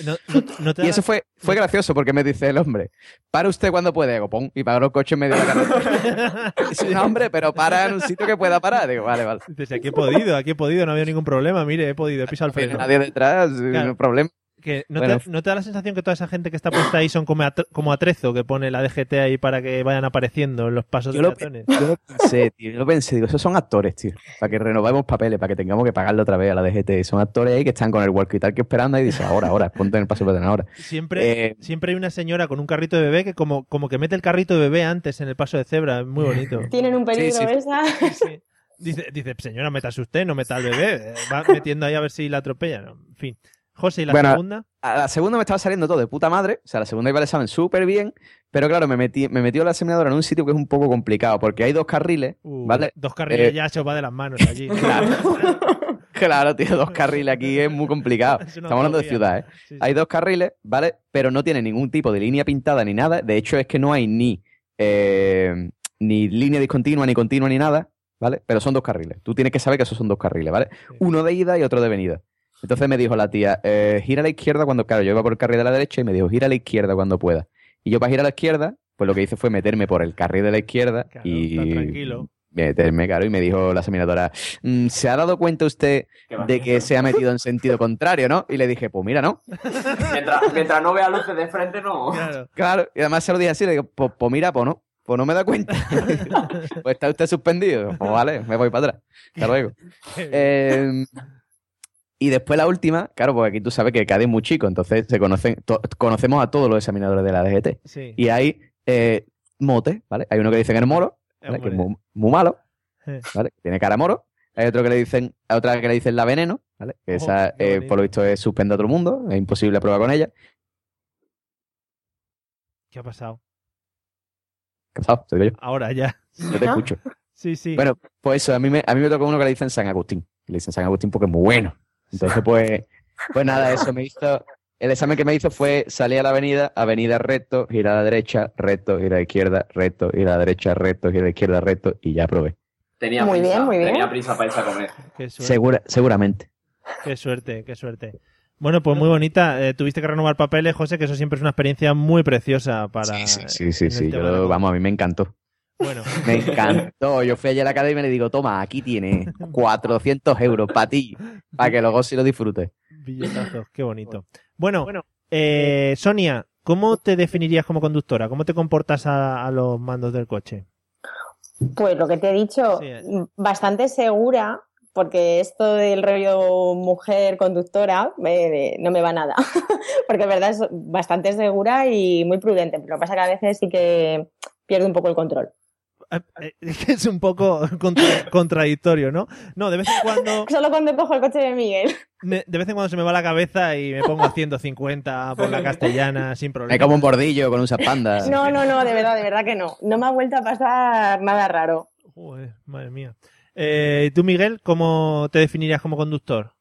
S1: No, no- no te
S3: Y
S1: da-
S3: eso fue, fue gracioso porque me dice el hombre, para usted cuando puede, digo, pon, y paró el coche en medio de la carretera. Dice, no, hombre, pero para en un sitio que pueda parar. Digo, vale, vale.
S1: Dices, aquí he podido, aquí he podido, no ha habido ningún problema. Mire, he podido, he pisado el freno.
S3: Nadie detrás,
S1: Claro.
S3: no problema.
S1: Que no,
S3: Bueno.
S1: te, no te da la sensación que toda esa gente que está puesta ahí son como, atr- como atrezo que pone la DGT ahí para que vayan apareciendo en los pasos
S3: Yo
S1: de
S3: lo,
S1: peatones?
S3: yo lo pensé, tío. Yo lo pensé, digo, esos son actores, tío. Para que renovemos papeles, para que tengamos que pagarle otra vez a la DGT. Son actores ahí que están con el walkie que esperando y dicen, ahora, ahora, ponte en el paso peatón ahora.
S1: Siempre,
S3: Eh.
S1: siempre hay una señora con un carrito de bebé que como, como que mete el carrito de bebé antes en el paso de cebra. Es muy bonito.
S2: Tienen un peligro
S3: sí.
S2: esa.
S1: Sí. Dice, dice, señora, métase usted, no meta al bebé. Eh, Va metiendo ahí a ver si la atropellan. En fin. José, ¿y la
S3: Bueno,
S1: segunda?
S3: A la segunda me estaba saliendo todo de puta madre. O sea, la segunda iba al examen súper bien. Pero claro, me metí, me metió la seminadora en un sitio que es un poco complicado, porque hay dos carriles,
S1: Uh,
S3: ¿vale?
S1: Dos carriles
S3: Eh.
S1: ya se os va de las manos allí.
S3: Claro, tío, dos carriles aquí es muy complicado.
S1: Es una
S3: Estamos hablando de
S1: autovía.
S3: ciudad, ¿eh?
S1: Sí, sí.
S3: Hay dos carriles, ¿vale? Pero no tiene ningún tipo de línea pintada ni nada. De hecho, es que no hay ni, eh, ni línea discontinua, ni continua, ni nada, ¿vale? Pero son dos carriles. Tú tienes que saber que esos son dos carriles, ¿vale?
S1: Sí.
S3: Uno de ida y otro de venida. Entonces me dijo la tía, eh, gira a la izquierda cuando, claro, yo iba por el carril de la derecha y me dijo, gira a la izquierda cuando pueda. Y yo para girar a la izquierda, pues lo que hice fue meterme por el carril de la izquierda
S1: Claro,
S3: y
S1: está tranquilo.
S3: meterme, claro, y me dijo la examinadora, "Mm, ¿se ha dado cuenta usted de que se ha metido en sentido contrario, no? Y le dije, pues mira, no.
S4: Mientras, mientras no vea luces de frente, no.
S1: Claro.
S3: Claro, y además se lo dije así, le digo, pues, pues mira, pues no, pues no me da cuenta. pues está usted suspendido. Pues vale, me voy para atrás. Hasta luego. Eh, y después la última, claro, porque aquí tú sabes que Cádiz es muy chico, entonces se conocen, to- conocemos a todos los examinadores de la DGT.
S1: Sí.
S3: Y hay eh, motes, ¿vale? Hay uno que dicen el moro, ¿vale? que es
S1: Hombre.
S3: muy, muy malo,
S1: Eh.
S3: ¿vale? Tiene cara a moro. Hay otro que le dicen, hay otra que le dicen la veneno, ¿vale? Que
S1: Ojo,
S3: esa,
S1: qué
S3: eh,
S1: bonito.
S3: por lo visto, es suspende a todo el mundo, es imposible probar con ella.
S1: ¿Qué ha pasado?
S3: ¿Qué ha pasado? Te digo
S1: Ahora ya.
S3: yo, yo te
S2: Ajá.
S3: escucho.
S1: Sí, sí.
S3: Bueno, pues eso, a mí me, a mí me tocó uno que le dicen San Agustín. Le dicen San Agustín porque es muy bueno. Entonces, pues, pues nada, eso me hizo. El examen que me hizo fue salir a la avenida, avenida recto, girar a la derecha, recto, girar a la izquierda, recto, girar a la derecha, recto, girar a la izquierda, recto, y ya probé.
S4: Tenía
S2: Muy
S4: prisa,
S2: bien, muy bien.
S4: tenía prisa para irse a comer.
S1: qué, suerte,
S3: Segura, seguramente.
S1: qué suerte, qué suerte. Bueno, pues muy bonita. Eh, tuviste que renovar papeles, José, que eso siempre es una experiencia muy preciosa para.
S3: Sí, sí, sí, sí,
S1: en el
S3: sí,
S1: tema
S3: yo-
S1: de la-
S3: vamos, a mí me encantó.
S1: Bueno,
S3: Me encantó. Yo fui ayer a la academia y le digo, toma, aquí tienes 400 euros para ti, para que luego sí lo disfrutes.
S1: billetazos, qué bonito. Bueno, eh, Sonia, ¿cómo te definirías como conductora? ¿Cómo te comportas a, a los mandos del coche?
S2: Pues lo que te he dicho,
S1: Sí, eh.
S2: bastante segura, porque esto del rollo mujer conductora eh, no me va nada. porque es verdad es bastante segura y muy prudente. Pero lo que pasa es que a veces sí que pierdo un poco el control.
S1: Eh, eh, Es un poco contra- contradictorio, ¿no? No, de vez en cuando
S2: Solo cuando cojo el coche de Miguel.
S1: me- de vez en cuando se me va la cabeza y me pongo a 150 por la castellana sin problema.
S3: Me como un bordillo con un
S4: Ah,
S3: zapanda.
S2: No, no, no, de verdad, de verdad que no. No me ha vuelto a pasar nada raro.
S1: Joder, madre mía. Eh, ¿Tú, Miguel, cómo te definirías como conductor?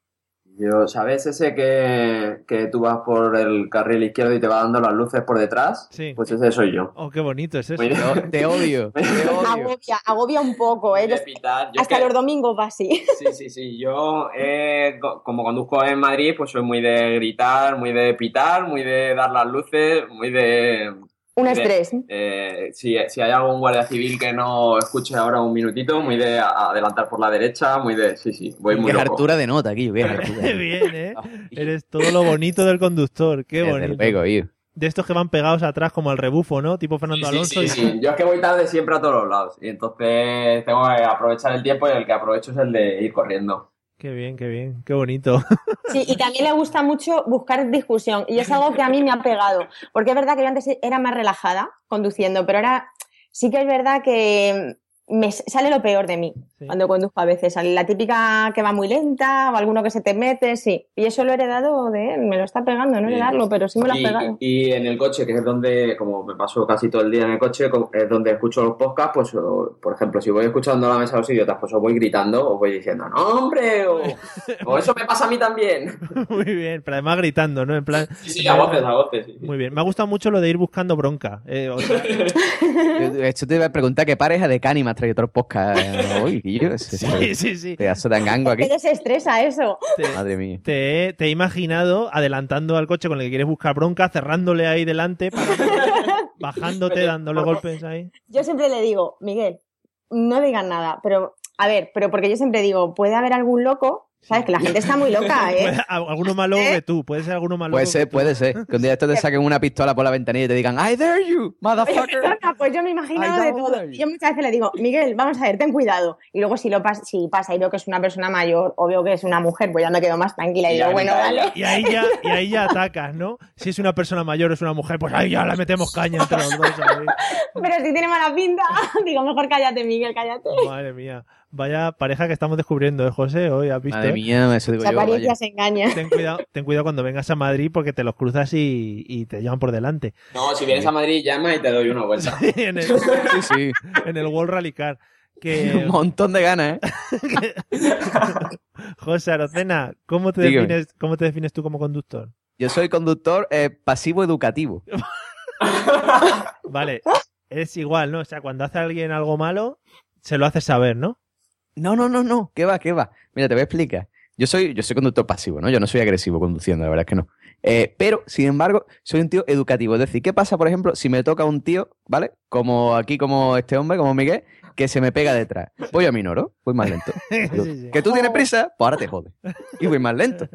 S4: Yo, ¿sabes ese que, que tú vas por el carril izquierdo y te va dando las luces por detrás?
S1: Sí.
S4: Pues ese soy yo.
S1: Oh, qué bonito es eso.
S4: Muy bien.
S3: Te, te odio, te odio.
S2: Agobia, agobia un poco, ¿eh?
S4: Voy
S2: Yo-
S4: a pitar. Yo
S2: hasta
S4: que-
S2: los domingos va así.
S4: Sí, sí, sí. Yo, eh, co- como conduzco en Madrid, pues soy muy de gritar, muy de pitar, muy de dar las luces, muy de...
S2: Un
S4: Bien.
S2: estrés.
S4: eh, si, si hay algún guardia civil que no escuche ahora un minutito, muy de a- adelantar por la derecha, muy de... Sí, sí, voy muy
S3: Qué
S4: loco.
S3: hartura de nota aquí, qué hartura.
S1: Qué bien, ¿eh? Eres todo lo bonito del conductor. Qué
S3: Desde
S1: bonito.
S3: luego, tío.
S1: De estos que van pegados atrás como al rebufo, ¿no? Tipo Fernando
S4: Sí,
S1: Alonso.
S4: sí,
S1: y-
S4: sí. Yo es que voy tarde siempre a todos los lados. Y entonces tengo que aprovechar el tiempo y el que aprovecho es el de ir corriendo.
S1: Qué bien, qué bien, qué bonito.
S2: Sí, y también le gusta mucho buscar discusión y es algo que a mí me ha pegado, porque es verdad que yo antes era más relajada conduciendo, pero ahora sí que es verdad que me s- sale lo peor de mí
S1: Sí.
S2: cuando conduzco a veces, sale la típica que va muy lenta o alguno que se te mete, sí, y eso lo he heredado de él, me lo está pegando, no
S4: Sí.
S2: heredarlo, pero sí me lo ha
S4: Y,
S2: pegado.
S4: y en el coche, que es donde, como me paso casi todo el día en el coche, como- es donde escucho los podcasts, pues o- por ejemplo, si voy escuchando la mesa de los idiotas, pues os voy gritando, os voy diciendo, no hombre, o, o eso me pasa a mí también.
S1: Muy bien, pero además gritando, ¿no? En plan,
S4: Sí, sí, a voces, a voces. sí, sí.
S1: muy bien. Me ha gustado mucho lo de ir buscando bronca. Eh, o sea,
S3: Yo- Esto te iba a preguntar qué pareja de cani me has traído todos los podcasts hoy, tío. Ese-
S1: sí, sí, sí.
S3: Te hace tan gango aquí.
S2: Que desestresa eso.
S1: Te,
S3: Madre mía.
S1: te he, te he imaginado adelantando al coche con el que quieres buscar bronca, cerrándole ahí delante, parándote, bajándote, dándole golpes ahí.
S2: Yo siempre le digo, Miguel, no digas nada, pero a ver, pero porque yo siempre digo, puede haber algún loco, sabes que la gente está muy loca, ¿eh?
S1: Puede- alguno más loco que tú, puede ser alguno más loco.
S3: Puede ser,
S1: que tú.
S3: puede ser. Que un día estos te saquen una pistola por la ventanilla y te digan, I dare you, motherfucker.
S2: Perdona, pues yo me
S3: Ay,
S2: imagino de
S3: vamos
S2: todo.
S3: ahí.
S2: Yo muchas veces le digo, Miguel, vamos a ver, ten cuidado. Y luego si lo pas- si pasa y veo que es una persona mayor o veo que es una mujer, pues ya me quedo más tranquila y
S4: Y ya
S2: digo, bueno,
S4: grita ella.
S2: dale.
S1: Y ahí, ya, y ahí ya atacas, ¿no? Si es una persona mayor o es una mujer, pues ahí ya la metemos caña entre los dos. ahí.
S2: Pero si tiene mala pinta, digo, mejor cállate, Miguel, cállate.
S1: Madre mía. Vaya pareja que estamos descubriendo, ¿eh, José? Hoy has visto.
S3: Madre
S1: eh?
S3: mía, eso digo
S2: Las
S3: yo. vaya.
S2: apariencias engañan.
S1: Ten cuidado, ten cuidado cuando vengas a Madrid porque te los cruzas y, y te llevan por delante.
S4: No, si vienes a Madrid, llama y te doy una vuelta.
S1: en, el,
S3: Sí, sí.
S1: en el World Rally Car.
S3: Un
S1: Que,
S3: montón de ganas, ¿eh?
S1: José Arocena, ¿cómo te,
S3: Dígame.
S1: defines, ¿cómo te defines tú como conductor?
S3: Yo soy conductor eh, pasivo educativo.
S1: Vale, es igual, ¿no? O sea, cuando hace alguien algo malo, se lo hace saber, ¿no?
S3: No, no, no, no. ¿Qué va, qué va? Mira, te voy a explicar. Yo soy, yo soy conductor pasivo, ¿no? Yo no soy agresivo conduciendo, la verdad es que no. Eh, pero, sin embargo, soy un tío educativo. Es decir, ¿qué pasa, por ejemplo, si me toca un tío, ¿vale? Como aquí, como este hombre, como Miguel, que se me pega detrás. Voy a mi noro, voy más lento.
S1: Sí, Oh. sí.
S3: Que tú tienes prisa, pues ahora te jode. Y voy más lento.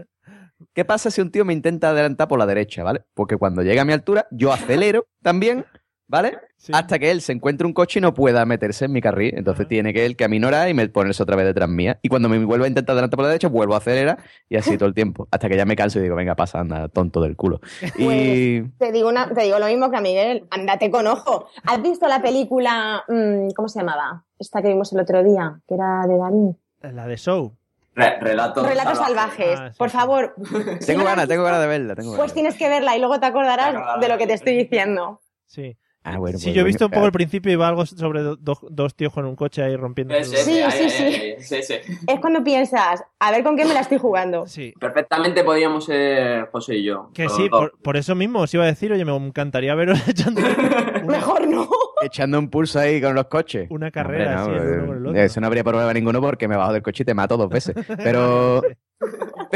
S3: ¿Qué pasa si un tío me intenta adelantar por la derecha, ¿vale? Porque cuando llega a mi altura, yo acelero también ¿Vale?
S1: Sí.
S3: Hasta que él se encuentre un coche y no pueda meterse en mi carril. Entonces tiene que él caminorar y me ponerse otra vez detrás mía. Y cuando me vuelve a intentar adelantar por la derecha, vuelvo a acelerar y así todo el tiempo. Hasta que ya me canso y digo, venga, pasa, anda, tonto del culo. Y.
S2: Te digo, una, te digo lo mismo que a Miguel, ándate con ojo. ¿Has visto la película, mm, ¿cómo se llamaba? Esta que vimos el otro día, que era de Darín.
S1: La de Show.
S4: Re- relatos
S2: Relatos salvajes,
S1: Ah, sí,
S2: por
S1: sí.
S2: favor. Si no
S3: Tengo
S2: la
S3: ganas,
S2: has visto,
S3: tengo ganas de verla. Tengo
S2: Pues
S3: ganas de verla.
S2: tienes que verla y luego te acordarás
S4: Te acordarás.
S2: de lo que te estoy diciendo.
S1: Sí.
S3: Ah, bueno,
S1: sí,
S3: pues
S1: yo he visto un
S3: venga,
S1: poco el principio y va algo sobre do- do- dos tíos con un coche ahí rompiendo.
S4: Ese,
S2: Sí,
S4: ay,
S2: sí,
S4: ay,
S2: sí.
S4: ay, sí, sí.
S2: Es cuando piensas, a ver con qué me la estoy jugando.
S1: Sí.
S4: Perfectamente podíamos ser José y yo.
S1: Que
S4: Los
S1: sí,
S4: dos.
S1: por, por eso mismo os iba a decir, oye, me encantaría veros echando una,
S2: Mejor no.
S3: Echando un pulso ahí con los coches.
S1: una carrera
S3: Hombre,
S1: así, el
S3: no,
S1: uno con el
S3: eh,
S1: otro.
S3: Eso no habría problema ninguno porque me bajo del coche y te mato dos veces. Pero.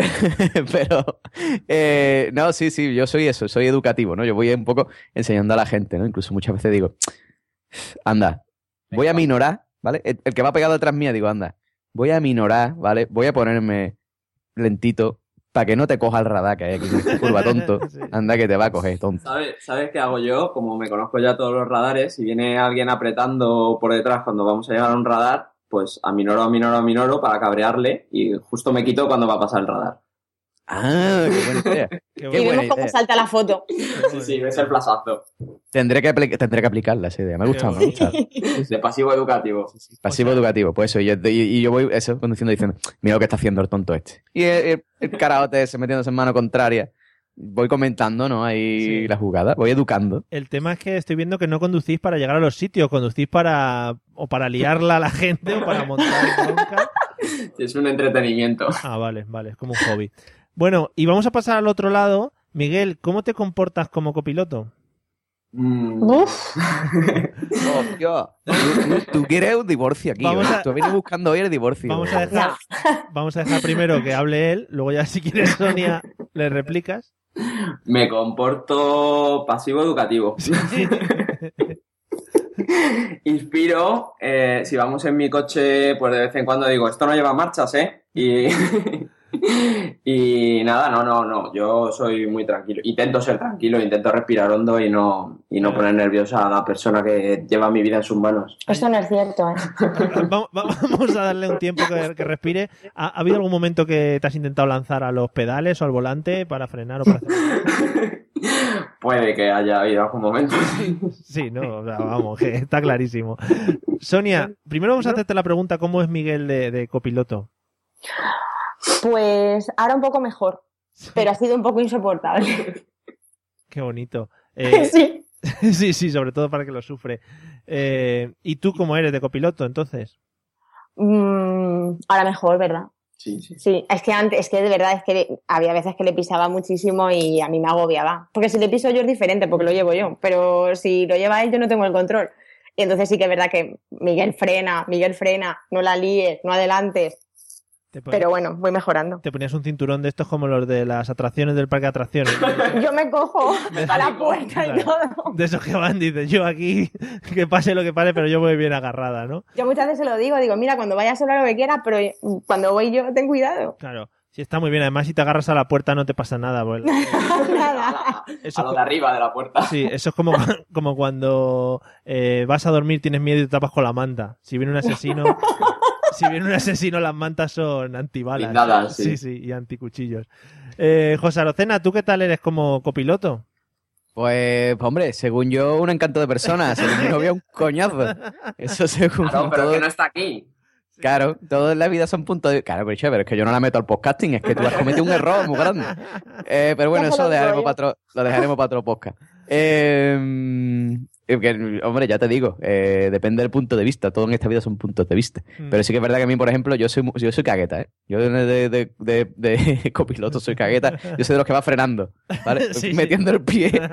S3: pero. eh, no, sí, sí, yo soy eso, soy educativo, ¿no? Yo voy un poco enseñando a la gente, ¿no? Incluso muchas veces digo, anda, voy a minorar, ¿vale? El, el que va pegado atrás mía, digo, anda, voy a minorar, ¿vale? Voy a ponerme lentito para que no te coja el radar que hay aquí, en esta curva tonto. Ah,
S1: Sí.
S3: Anda, que te va a coger, tonto.
S4: ¿Sabes, ¿Sabes qué hago yo? Como me conozco ya todos los radares, si viene alguien apretando por detrás cuando vamos a llegar a un radar, pues aminoro, aminoro, aminoro para cabrearle y justo me quito cuando va a pasar el radar.
S3: Ah, qué buena idea.
S1: Qué
S2: y
S3: Qué
S1: bueno.
S3: buena
S2: vemos cómo
S3: idea.
S2: salta la foto.
S4: Sí, sí, ves el plazazo.
S3: Tendré que, apli- tendré que aplicarla esa idea. Me ha
S1: Qué
S3: gustado, me ha
S1: bonito.
S3: gustado.
S4: De pasivo educativo.
S3: Pasivo
S1: O sea-
S3: educativo, pues eso. Y yo, y- y yo voy eso, conduciendo diciendo, mira lo que está haciendo el tonto este. Y el, el- el caraote ese metiéndose en mano contraria. Voy comentando, ¿no? Ahí
S1: Sí.
S3: la jugada, voy educando.
S1: El tema es que estoy viendo que no conducís para llegar a los sitios, conducís para o para liarla a la gente o para montar bronca.
S4: Es un entretenimiento.
S1: Ah, vale, vale, es como un hobby. Bueno, y vamos a pasar al otro lado. Miguel, ¿cómo te comportas como copiloto?
S4: Mm,
S2: Uf,
S3: Tú- tú quieres un divorcio aquí.
S1: Vamos
S3: ¿eh?
S1: a-
S3: Tú vienes buscando hoy el divorcio.
S1: Vamos a
S3: ¿eh?
S1: dejar, vamos a dejar primero que hable él, luego ya si quieres Sonia le replicas.
S4: Me comporto pasivo educativo. Inspiro, eh, si vamos en mi coche, pues de vez en cuando digo, esto no lleva marchas, ¿eh? Y, y nada, no, no, no, yo soy muy tranquilo. Intento ser tranquilo, intento respirar hondo y no, y no poner nerviosa a la persona que lleva mi vida en sus manos.
S2: eso no es cierto. ¿eh?
S1: Vamos, vamos a darle un tiempo que, que respire. ¿Ha, ha habido algún momento que te has intentado lanzar a los pedales o al volante para frenar o para hacer...
S4: Puede que haya habido algún momento.
S1: Sí, no, o sea, vamos, que está clarísimo. Sonia, primero vamos a hacerte la pregunta, ¿cómo es Miguel de, de copiloto?
S2: Pues ahora un poco mejor,
S1: Sí,
S2: pero ha sido un poco insoportable.
S1: Qué bonito. Eh,
S2: Sí.
S1: sí, sí, sobre todo para que lo sufre. Eh, ¿Y tú cómo eres de copiloto, entonces?
S2: Mm, ahora mejor, ¿verdad?
S4: Sí, sí.
S2: Sí, es que antes, es que de verdad, es que había veces que le pisaba muchísimo y a mí me agobiaba. Porque si le piso yo es diferente, porque lo llevo yo. Pero si lo lleva él, yo no tengo el control. Y entonces sí que es verdad que Miguel frena, Miguel frena, no la líes, no adelantes.
S1: ¿Te
S3: Pues
S1: ponías,
S2: Pero bueno, voy mejorando.
S1: te ponías un cinturón de estos como los de las atracciones del parque de atracciones.
S2: Yo me cojo a la puerta y todo.
S1: De esos que van, dices, yo aquí, que pase lo que pase, pero yo voy bien agarrada, ¿no?
S2: Yo muchas veces se lo digo, digo, mira, cuando vayas solo lo que quieras, pero eh, cuando voy yo, ten cuidado.
S1: Claro, sí está muy bien. Además, si te agarras a la puerta no te pasa nada. pues, eh,
S2: Nada.
S4: A,
S1: eso
S4: a lo
S1: es
S4: de arriba de la puerta.
S1: Sí, eso es como, como cuando eh, vas a dormir, tienes miedo y te tapas con la manta. Si viene un asesino, si viene un asesino, las mantas son antibalas.
S4: Blindadas, sí.
S1: sí, y anticuchillos. Eh, José Arocena, ¿tú qué tal eres como copiloto?
S3: Pues, pues, hombre, según yo, un encanto de personas. Según mi novia, un coñazo. Eso según
S1: Ah,
S4: Claro, pero
S3: todo-
S4: que no está aquí.
S3: Claro, todo en la vida son puntos de... Claro, pero, che, pero es que yo no la meto al podcasting, es que tú has cometido un error muy grande. Eh, pero bueno,
S2: Ya se
S3: eso
S2: lo
S3: lo dejaremos
S2: digo
S3: para otro, lo dejaremos para otro podcast. Eh, que, hombre, ya te digo, eh, depende del punto de vista, todo en esta vida son puntos de vista. Pero sí que es verdad que a mí, por ejemplo, yo soy mu- yo soy cagueta, ¿eh? Yo de, de- de- de- de copiloto soy cagueta, yo soy de los que va frenando, ¿vale?
S1: Sí, sí.
S3: Metiendo el pie
S1: Mm.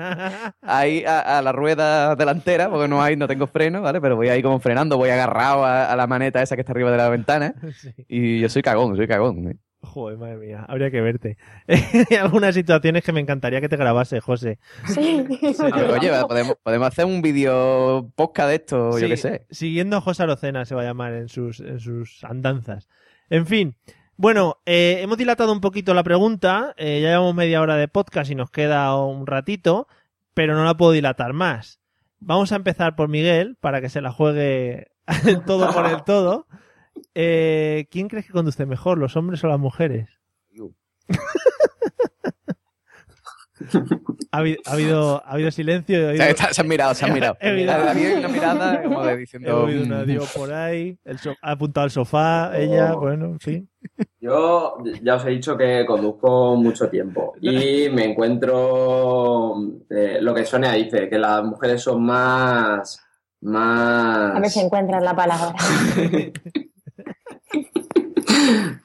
S3: ahí a, a la rueda delantera, porque no hay, no tengo freno, ¿vale? Pero voy ahí como frenando, voy agarrado a, a la maneta esa que está arriba de la ventana.
S1: Sí.
S3: Y yo soy cagón, soy cagón. ¿eh?
S1: Joder, madre mía, habría que verte. Hay algunas situaciones que me encantaría que te grabase, José.
S2: Sí.
S3: Oye, podemos, podemos hacer un vídeo podcast de esto, yo
S1: Sí,
S3: qué sé.
S1: Siguiendo a José Arocena se va a llamar en sus, en sus andanzas. En fin. Bueno, eh, hemos dilatado un poquito la pregunta. eh, ya llevamos media hora de podcast y nos queda un ratito, pero no la puedo dilatar más. Vamos a empezar por Miguel para que se la juegue el todo por el todo. Eh, ¿Quién crees que conduce mejor, los hombres o las mujeres? ha, habido, ha habido- ha habido silencio. Ha habido,
S3: Se, se- se han mirado, se han mirado.
S1: He oído.
S3: Había una mirada como de
S1: he
S3: diciendo...
S1: oído un
S3: "Mm".
S1: adiós por ahí. el so- ha apuntado al sofá, ella,
S4: Oh.
S1: bueno, sí.
S4: Yo ya os he dicho que conduzco mucho tiempo y me encuentro eh, lo que Sonia dice, que las mujeres son más...
S2: A ver si
S4: más
S2: encuentras la palabra.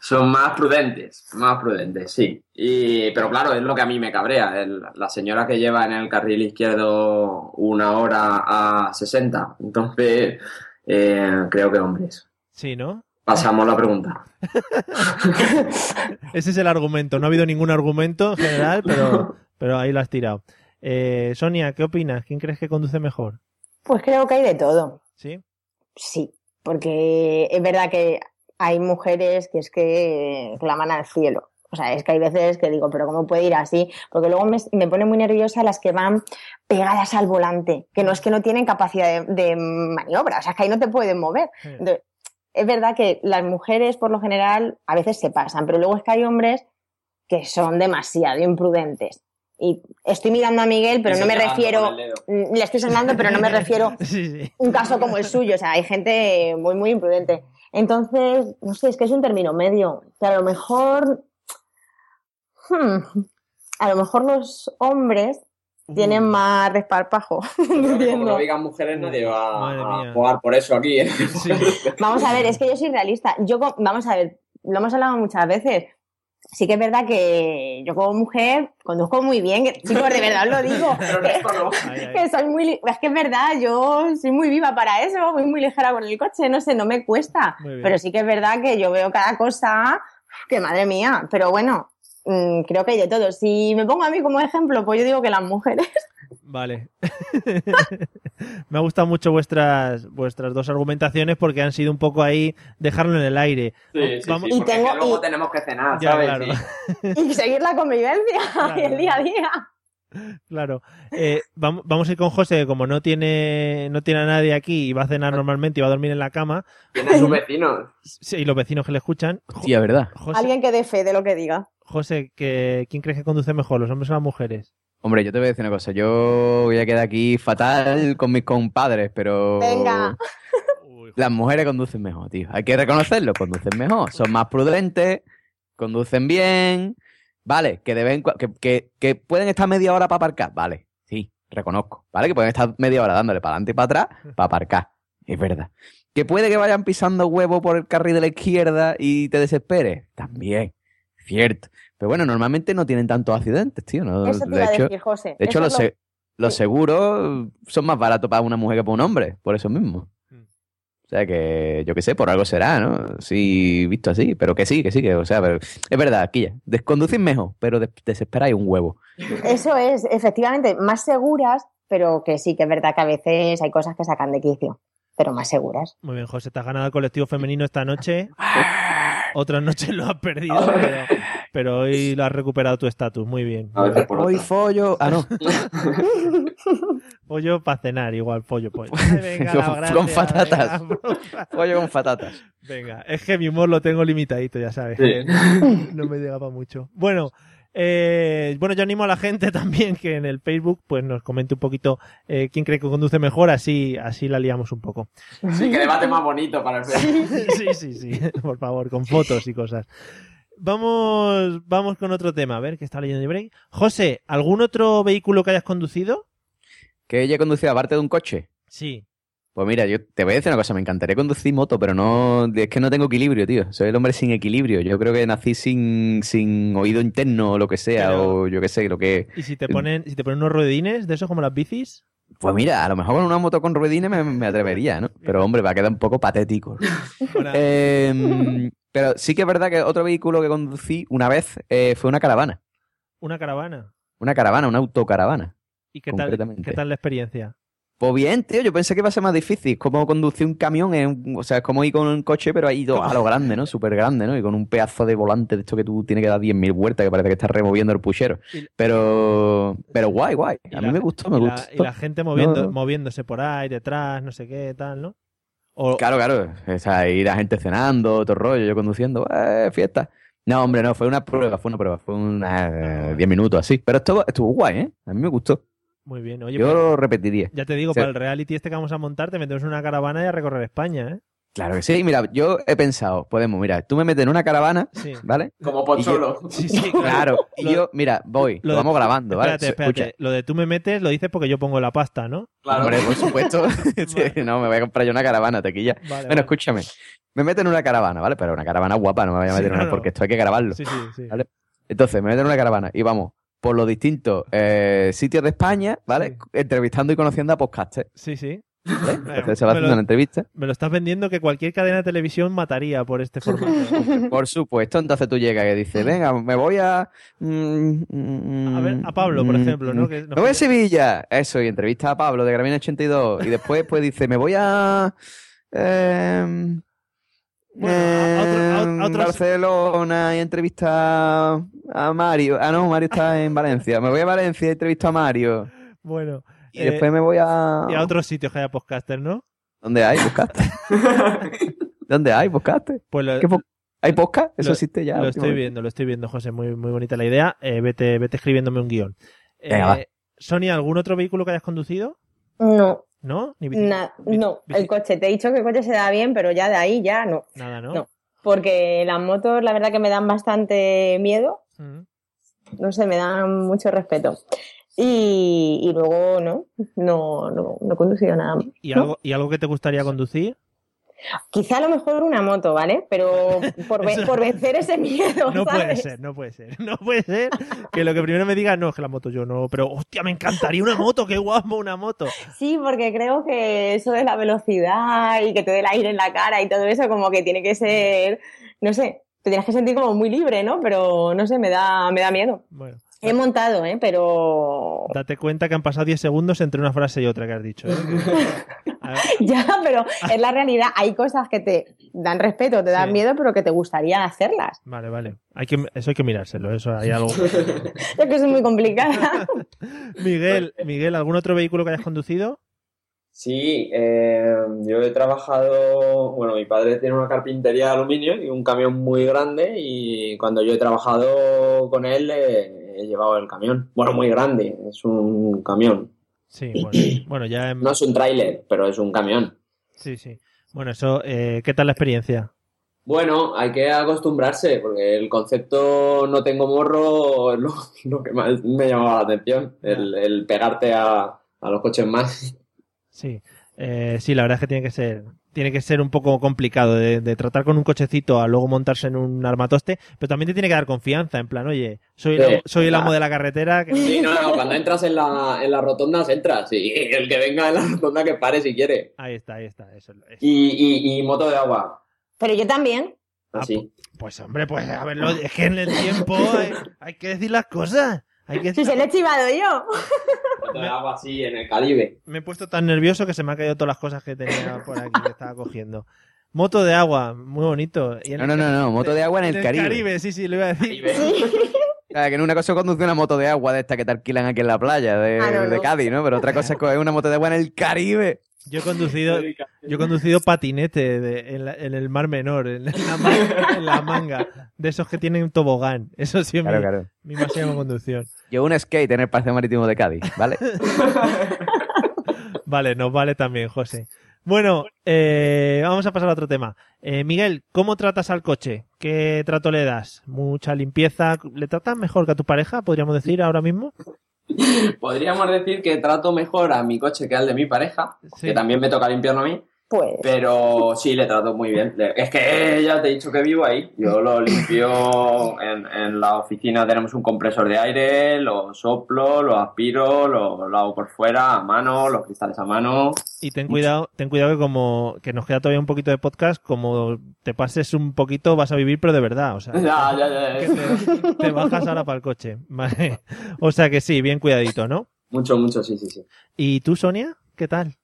S4: son más prudentes, más prudentes, sí. Y, pero claro, es lo que a mí me cabrea. el- la señora que lleva en el carril izquierdo una hora a 60. Entonces, eh, creo que hombres.
S1: Sí, ¿no?
S4: Pasamos la pregunta.
S1: Ese es el argumento. No ha habido ningún argumento en general, pero, pero ahí lo has tirado. Eh, Sonia, ¿qué opinas? ¿Quién crees que conduce mejor?
S2: Pues creo que hay de todo.
S1: ¿Sí?
S2: Sí, porque es verdad que hay mujeres que es que claman al cielo. O sea, es que hay veces que digo, pero ¿cómo puede ir así? Porque luego me, me pone muy nerviosa las que van pegadas al volante, que no es que no tienen capacidad de, de maniobra, o sea, es que ahí no te pueden mover.
S4: Mm.
S1: Sí.
S2: Entonces, es verdad que las mujeres, por lo general, a veces se pasan, pero luego es que hay hombres que son demasiado imprudentes. Y estoy mirando a Miguel, pero
S4: Y
S2: no me
S4: señalando
S2: refiero,
S4: con el dedo.
S2: mm, le estoy sonando, pero no me refiero
S1: Sí, sí.
S2: un caso como el suyo. O sea, hay gente muy, muy imprudente. Entonces, no sé, es que es un término medio. Que a lo mejor. hmm, a lo mejor los hombres tienen más desparpajo.
S4: Creo que Mm. Como
S2: Entiendo.
S4: lo digan mujeres, nadie
S1: Madre
S4: va
S1: mía.
S4: a jugar por eso aquí. ¿eh?
S1: Sí.
S2: Vamos a ver, es que yo soy realista. Yo, co- vamos a ver, lo hemos hablado muchas veces. Sí que es verdad que yo como mujer conduzco muy bien, que- chicos, de verdad os lo digo.
S4: Pero en esto no.
S1: Ahí, ahí.
S2: Que soy muy, li- es que es verdad, yo soy muy viva para eso, voy muy ligera con el coche, no sé, no me cuesta.
S1: Muy bien.
S2: Pero sí que es verdad que yo veo cada cosa, que madre mía, pero bueno, mm, creo que hay de todo. Si me pongo a mí como ejemplo, pues yo digo que las mujeres.
S1: Vale. Me ha gustado mucho vuestras, vuestras dos argumentaciones porque han sido un poco ahí dejarlo en el aire.
S4: Sí, sí,
S1: Vamos-
S4: sí,
S2: Y
S4: porque es
S2: tengo-
S4: que luego
S2: y-
S4: tenemos que
S2: Ah,
S4: cenar,
S1: Ya,
S4: ¿sabes?
S1: claro.
S4: Sí.
S2: Y seguir la convivencia
S1: Claro.
S2: y el día a día.
S1: Claro. Eh, vam- vamos a ir con José, que como no tiene, no tiene a nadie aquí y va a cenar normalmente y va a dormir en la cama,
S4: Tiene sus vecinos.
S1: sí, y los vecinos que le escuchan. Jo-
S3: Hostia, ¿verdad?
S1: José,
S2: Alguien que dé fe de lo que diga.
S1: José que, ¿quién crees que conduce mejor, los hombres o las mujeres?
S3: Hombre, yo te voy a decir una cosa. Yo voy a quedar aquí fatal con mis compadres, pero...
S2: Venga.
S3: Las mujeres conducen mejor, tío. Hay que reconocerlo, conducen mejor. Son más prudentes, conducen bien. Vale, que deben que, que, que pueden estar media hora para aparcar. Vale, sí, reconozco. Vale, que pueden estar media hora dándole para adelante y para atrás para aparcar. Es verdad. Que puede que vayan pisando huevo por el carril de la izquierda y te desesperes. También, cierto. Pero bueno, normalmente no tienen tantos accidentes, tío. No,
S2: Eso te
S3: Pues de
S2: iba a
S3: hecho,
S2: decir, José.
S3: de
S2: Eso
S3: hecho, los,
S2: es lo-
S3: se- los seguros son más baratos para una mujer que para un hombre, por eso mismo.
S1: Mm.
S3: O sea que, yo qué sé, por algo será, ¿no? Sí, visto así, pero que sí, que sí, que, o sea, pero- es verdad, aquí ya, desconducís mejor, pero des- desesperáis un huevo.
S2: Eso es, efectivamente, más seguras, pero que sí que es verdad que a veces hay cosas que sacan de quicio, pero más seguras.
S1: Muy bien, José, te has ganado el colectivo femenino esta noche. Otras noches lo has perdido, pero, pero hoy lo has recuperado tu estatus. Muy bien.
S4: A veces por
S3: Hoy
S4: otra.
S3: follo, ah, no,
S1: Pollo para cenar, igual, pollo, pollo. Ay, venga, la
S3: Con-
S1: gracia,
S3: con patatas.
S1: venga.
S3: follo con patatas.
S1: Venga, es que mi humor lo tengo limitadito, ya sabes.
S4: Sí.
S1: no me llegaba mucho. Bueno, eh, bueno, yo animo a la gente también que en el Facebook pues nos comente un poquito eh, quién cree que conduce mejor, así, así la liamos un poco.
S4: Sí, que debate más bonito para el
S1: sí, sí, sí, por favor, con fotos y cosas. Vamos, vamos con otro tema, a ver, que está leyendo el break. José, ¿algún otro vehículo que hayas conducido?
S3: Que ella conducía aparte de un coche.
S1: Sí.
S3: Pues mira, yo te voy a decir una cosa, me encantaría conducir moto, pero no, es que no tengo equilibrio, tío. Soy el hombre sin equilibrio. Yo creo que nací sin, sin oído interno o lo que sea,
S1: Pero-
S3: o yo qué sé, lo que...
S1: ¿Y si te ponen, si te ponen unos ruedines de esos como las bicis?
S3: Pues mira, a lo mejor con una moto con ruedines me, me atrevería, ¿no? Pero hombre, va a quedar un poco patético.
S1: Para-
S3: Eh, pero sí que es verdad que otro vehículo que conducí una vez eh, fue una caravana.
S1: Una caravana.
S3: Una caravana, una autocaravana.
S1: ¿Y qué tal,
S3: Concretamente.
S1: qué tal la experiencia?
S3: Pues bien, tío, yo pensé que iba a ser más difícil. Como conducir un camión, es un- o sea, es como ir con un coche, pero ahí do- a lo grande, ¿no? Súper grande, ¿no? Y con un pedazo de volante de esto que tú tienes que dar 10.000 vueltas, que parece que estás removiendo el puchero.
S1: Y-
S3: Pero, pero guay, guay.
S1: Y
S3: A
S1: la-
S3: mí me gustó, me
S1: Y la,
S3: gustó.
S1: y la gente moviendo,
S3: no.
S1: moviéndose por ahí, detrás, no sé qué, tal, ¿no? O,
S3: Claro, claro. O sea, ir la gente cenando, otro rollo, yo conduciendo, ¡eh, fiesta! No, hombre, no, fue una prueba, fue una prueba, fue unas 10 minutos así. Pero estuvo, estuvo guay, ¿eh? A mí me gustó.
S1: muy bien, oye,
S3: Yo
S1: pues,
S3: lo repetiría.
S1: ya te digo,
S3: o sea-
S1: para el reality este que vamos a montar, te metemos en una caravana y a recorrer España, ¿eh?
S3: Claro que sí, mira, yo he pensado, podemos, mira, tú me metes en una caravana,
S1: Sí,
S3: ¿vale?
S4: Como Pocholo.
S1: sí, sí,
S3: Claro, y
S1: Lo-
S3: yo, mira, voy,
S1: lo
S3: lo
S1: de-
S3: vamos grabando, ¿vale?
S1: Espérate,
S3: Escucha,
S1: espérate. Lo de tú me metes lo dices porque yo pongo la pasta, ¿no?
S4: Claro.
S3: hombre, por supuesto. Sí, no, me voy a comprar yo una caravana, taquilla.
S1: Vale,
S3: Bueno,
S1: vale.
S3: escúchame, me meto en una caravana, ¿vale? Pero una caravana guapa, no me voy a
S1: Sí,
S3: meter en una
S1: no, no.
S3: porque esto hay que grabarlo.
S1: Sí, sí, sí.
S3: Vale. Entonces, me meto en una caravana y vamos por los distintos eh, sitios de España, ¿vale? Entrevistando y conociendo a podcasters,
S1: Sí, sí.
S3: ¿vale?
S1: Bueno,
S3: Entonces se va
S1: me lo-
S3: haciendo una entrevista.
S1: Me lo estás vendiendo que cualquier cadena de televisión mataría por este formato.
S3: Por supuesto, entonces tú llegas y dices, venga, me voy a... mm, A
S1: A ver, a Pablo, por ejemplo, ¿no? Que nos
S3: Mm, Me voy a
S1: pide-
S3: Sevilla. Eso, y entrevista a Pablo de Gravina 82. Y después, pues dice, me voy a. em,
S1: Bueno, a- a otro- a- a
S3: em,
S1: otros-
S3: Barcelona y entrevista a Mario. Ah, no, Mario está en Valencia. Me voy a Valencia y entrevisto a Mario.
S1: Bueno.
S3: Y
S1: eh,
S3: después me voy a.
S1: y a otros sitios que haya podcaster, ¿no?
S3: ¿Dónde hay? ¿Buscaste? ¿Dónde hay? ¿Buscaste?
S1: Pues lo,
S3: ¿Qué po- ¿Hay podcast? Eso
S1: Lo-
S3: existe ya.
S1: lo estoy
S3: últimamente.
S1: viendo, lo estoy viendo, José. Muy, muy bonita la idea. Eh, vete, vete escribiéndome un guión. Eh,
S3: Venga, va.
S1: Sonia, ¿algún otro vehículo que hayas conducido?
S2: No,
S1: ¿No? Ni bici-
S2: na-
S1: bi-
S2: no,
S1: bici-
S2: el coche. Te he dicho que el coche se da bien, pero ya de ahí ya no.
S1: Nada, ¿no?
S2: no. Porque las motos, la verdad que me dan bastante miedo.
S1: Mm.
S2: No sé, me dan mucho respeto. Y, y luego, no, no, no, no he conducido nada más.
S1: ¿Y,
S2: ¿No?
S1: algo, ¿Y algo que te gustaría conducir?
S2: Quizá a lo mejor una moto, ¿vale? Pero por, ve-
S1: Eso-
S2: por vencer ese miedo,
S1: No puede
S2: ¿sabes?
S1: ser, no puede ser. No puede ser que lo que primero me digas, no, es que la moto yo no, pero hostia, me encantaría una moto, qué guapo una moto.
S2: Sí, porque creo que eso de la velocidad y que te dé el aire en la cara y todo eso, como que tiene que ser, no sé, te tienes que sentir como muy libre, ¿no? Pero no sé, me da, me da miedo.
S1: Bueno,
S2: He montado, ¿eh? Pero.
S1: date cuenta que han pasado 10 segundos entre una frase y otra que has dicho. ¿eh? Que- A ver,
S2: Ya, pero es la realidad. Hay cosas que te dan respeto, te dan
S1: Sí.
S2: miedo, pero que te gustaría hacerlas.
S1: Vale, vale. Hay que, eso hay que mirárselo, eso hay algo.
S2: Es que es muy complicada.
S1: Miguel, Miguel, ¿algún otro vehículo que hayas conducido?
S4: Sí, eh, yo he trabajado, bueno, mi padre tiene una carpintería de aluminio y un camión muy grande y cuando yo he trabajado con él eh, he llevado el camión. Bueno, muy grande, es un camión.
S1: Sí, bueno, bueno ya em-
S4: No es un tráiler, pero es un camión.
S1: sí, sí. Bueno, eso, eh, ¿qué tal la experiencia?
S4: Bueno, hay que acostumbrarse porque el concepto no tengo morro es lo, lo que más me llamaba la atención, el, el pegarte a, a los coches más.
S1: Sí, eh, sí, la verdad es que tiene que ser, tiene que ser un poco complicado de, de tratar con un cochecito a luego montarse en un armatoste, pero también te tiene que dar confianza, en plan, oye, soy el,
S4: Sí.
S1: soy el amo de la carretera. que-
S4: Sí, no, no, cuando entras en la, en las rotondas entras y el que venga en la rotonda que pare si quiere.
S1: Ahí está, ahí está, eso. es-
S4: Y, y, y moto de agua.
S2: Pero yo también.
S4: Así.
S1: Pues hombre, pues a verlo, es que en el tiempo hay, hay que decir las cosas. Hay que
S2: Si se le he chivado yo.
S1: pues,
S4: Moto de agua así en el Caribe.
S1: Me he puesto tan nervioso que se me han caído todas las cosas que tenía por aquí que estaba cogiendo. Moto de agua, muy bonito. Y en
S3: No,
S1: el
S3: no, no,
S1: Ca-
S3: no, moto de agua en el, Caribe.
S1: sí, sí, lo iba a decir.
S3: O sea, que en una cosa conduce una moto de agua de esta que te alquilan aquí en la playa de,
S2: Ah, no,
S3: de
S2: no.
S3: Cádiz, ¿no? Pero otra cosa es coger una moto de agua en el Caribe.
S1: Yo he conducido, yo he conducido patinete de- en, la- en el Mar Menor, en la, ma- en la manga, de esos que tienen tobogán. Eso sí es
S3: Claro,
S1: mi,
S3: claro.
S1: mi máxima conducción.
S3: Yo un skate en el Paseo Marítimo de Cádiz, ¿vale?
S1: Vale, nos vale también, José. Bueno, eh, vamos a pasar a otro tema. Eh, Miguel, ¿cómo tratas al coche? ¿Qué trato le das? ¿Mucha limpieza? ¿Le tratas mejor que a tu pareja, podríamos decir, ahora mismo?
S4: Podríamos decir que trato mejor a mi coche que al de mi pareja,
S1: Sí.
S4: que también me toca limpiarlo a mí,
S2: Pues.
S4: pero sí le trato muy bien. Le- Es que eh, ya te he dicho que vivo ahí. Yo lo limpio en, en la oficina, tenemos un compresor de aire, lo soplo, lo aspiro, lo, lo hago por fuera, a mano, los cristales a mano.
S1: Y ten cuidado, ten cuidado que como que nos queda todavía un poquito de podcast, como te pases un poquito vas a vivir, pero de verdad, o sea,
S4: Ya, ya, ya,
S1: que
S4: ya.
S1: te, te bajas ahora para el coche, ¿vale? O sea que sí, bien cuidadito, ¿no?
S4: Mucho, mucho, sí, sí, sí.
S1: ¿Y tú, Sonia? ¿Qué tal?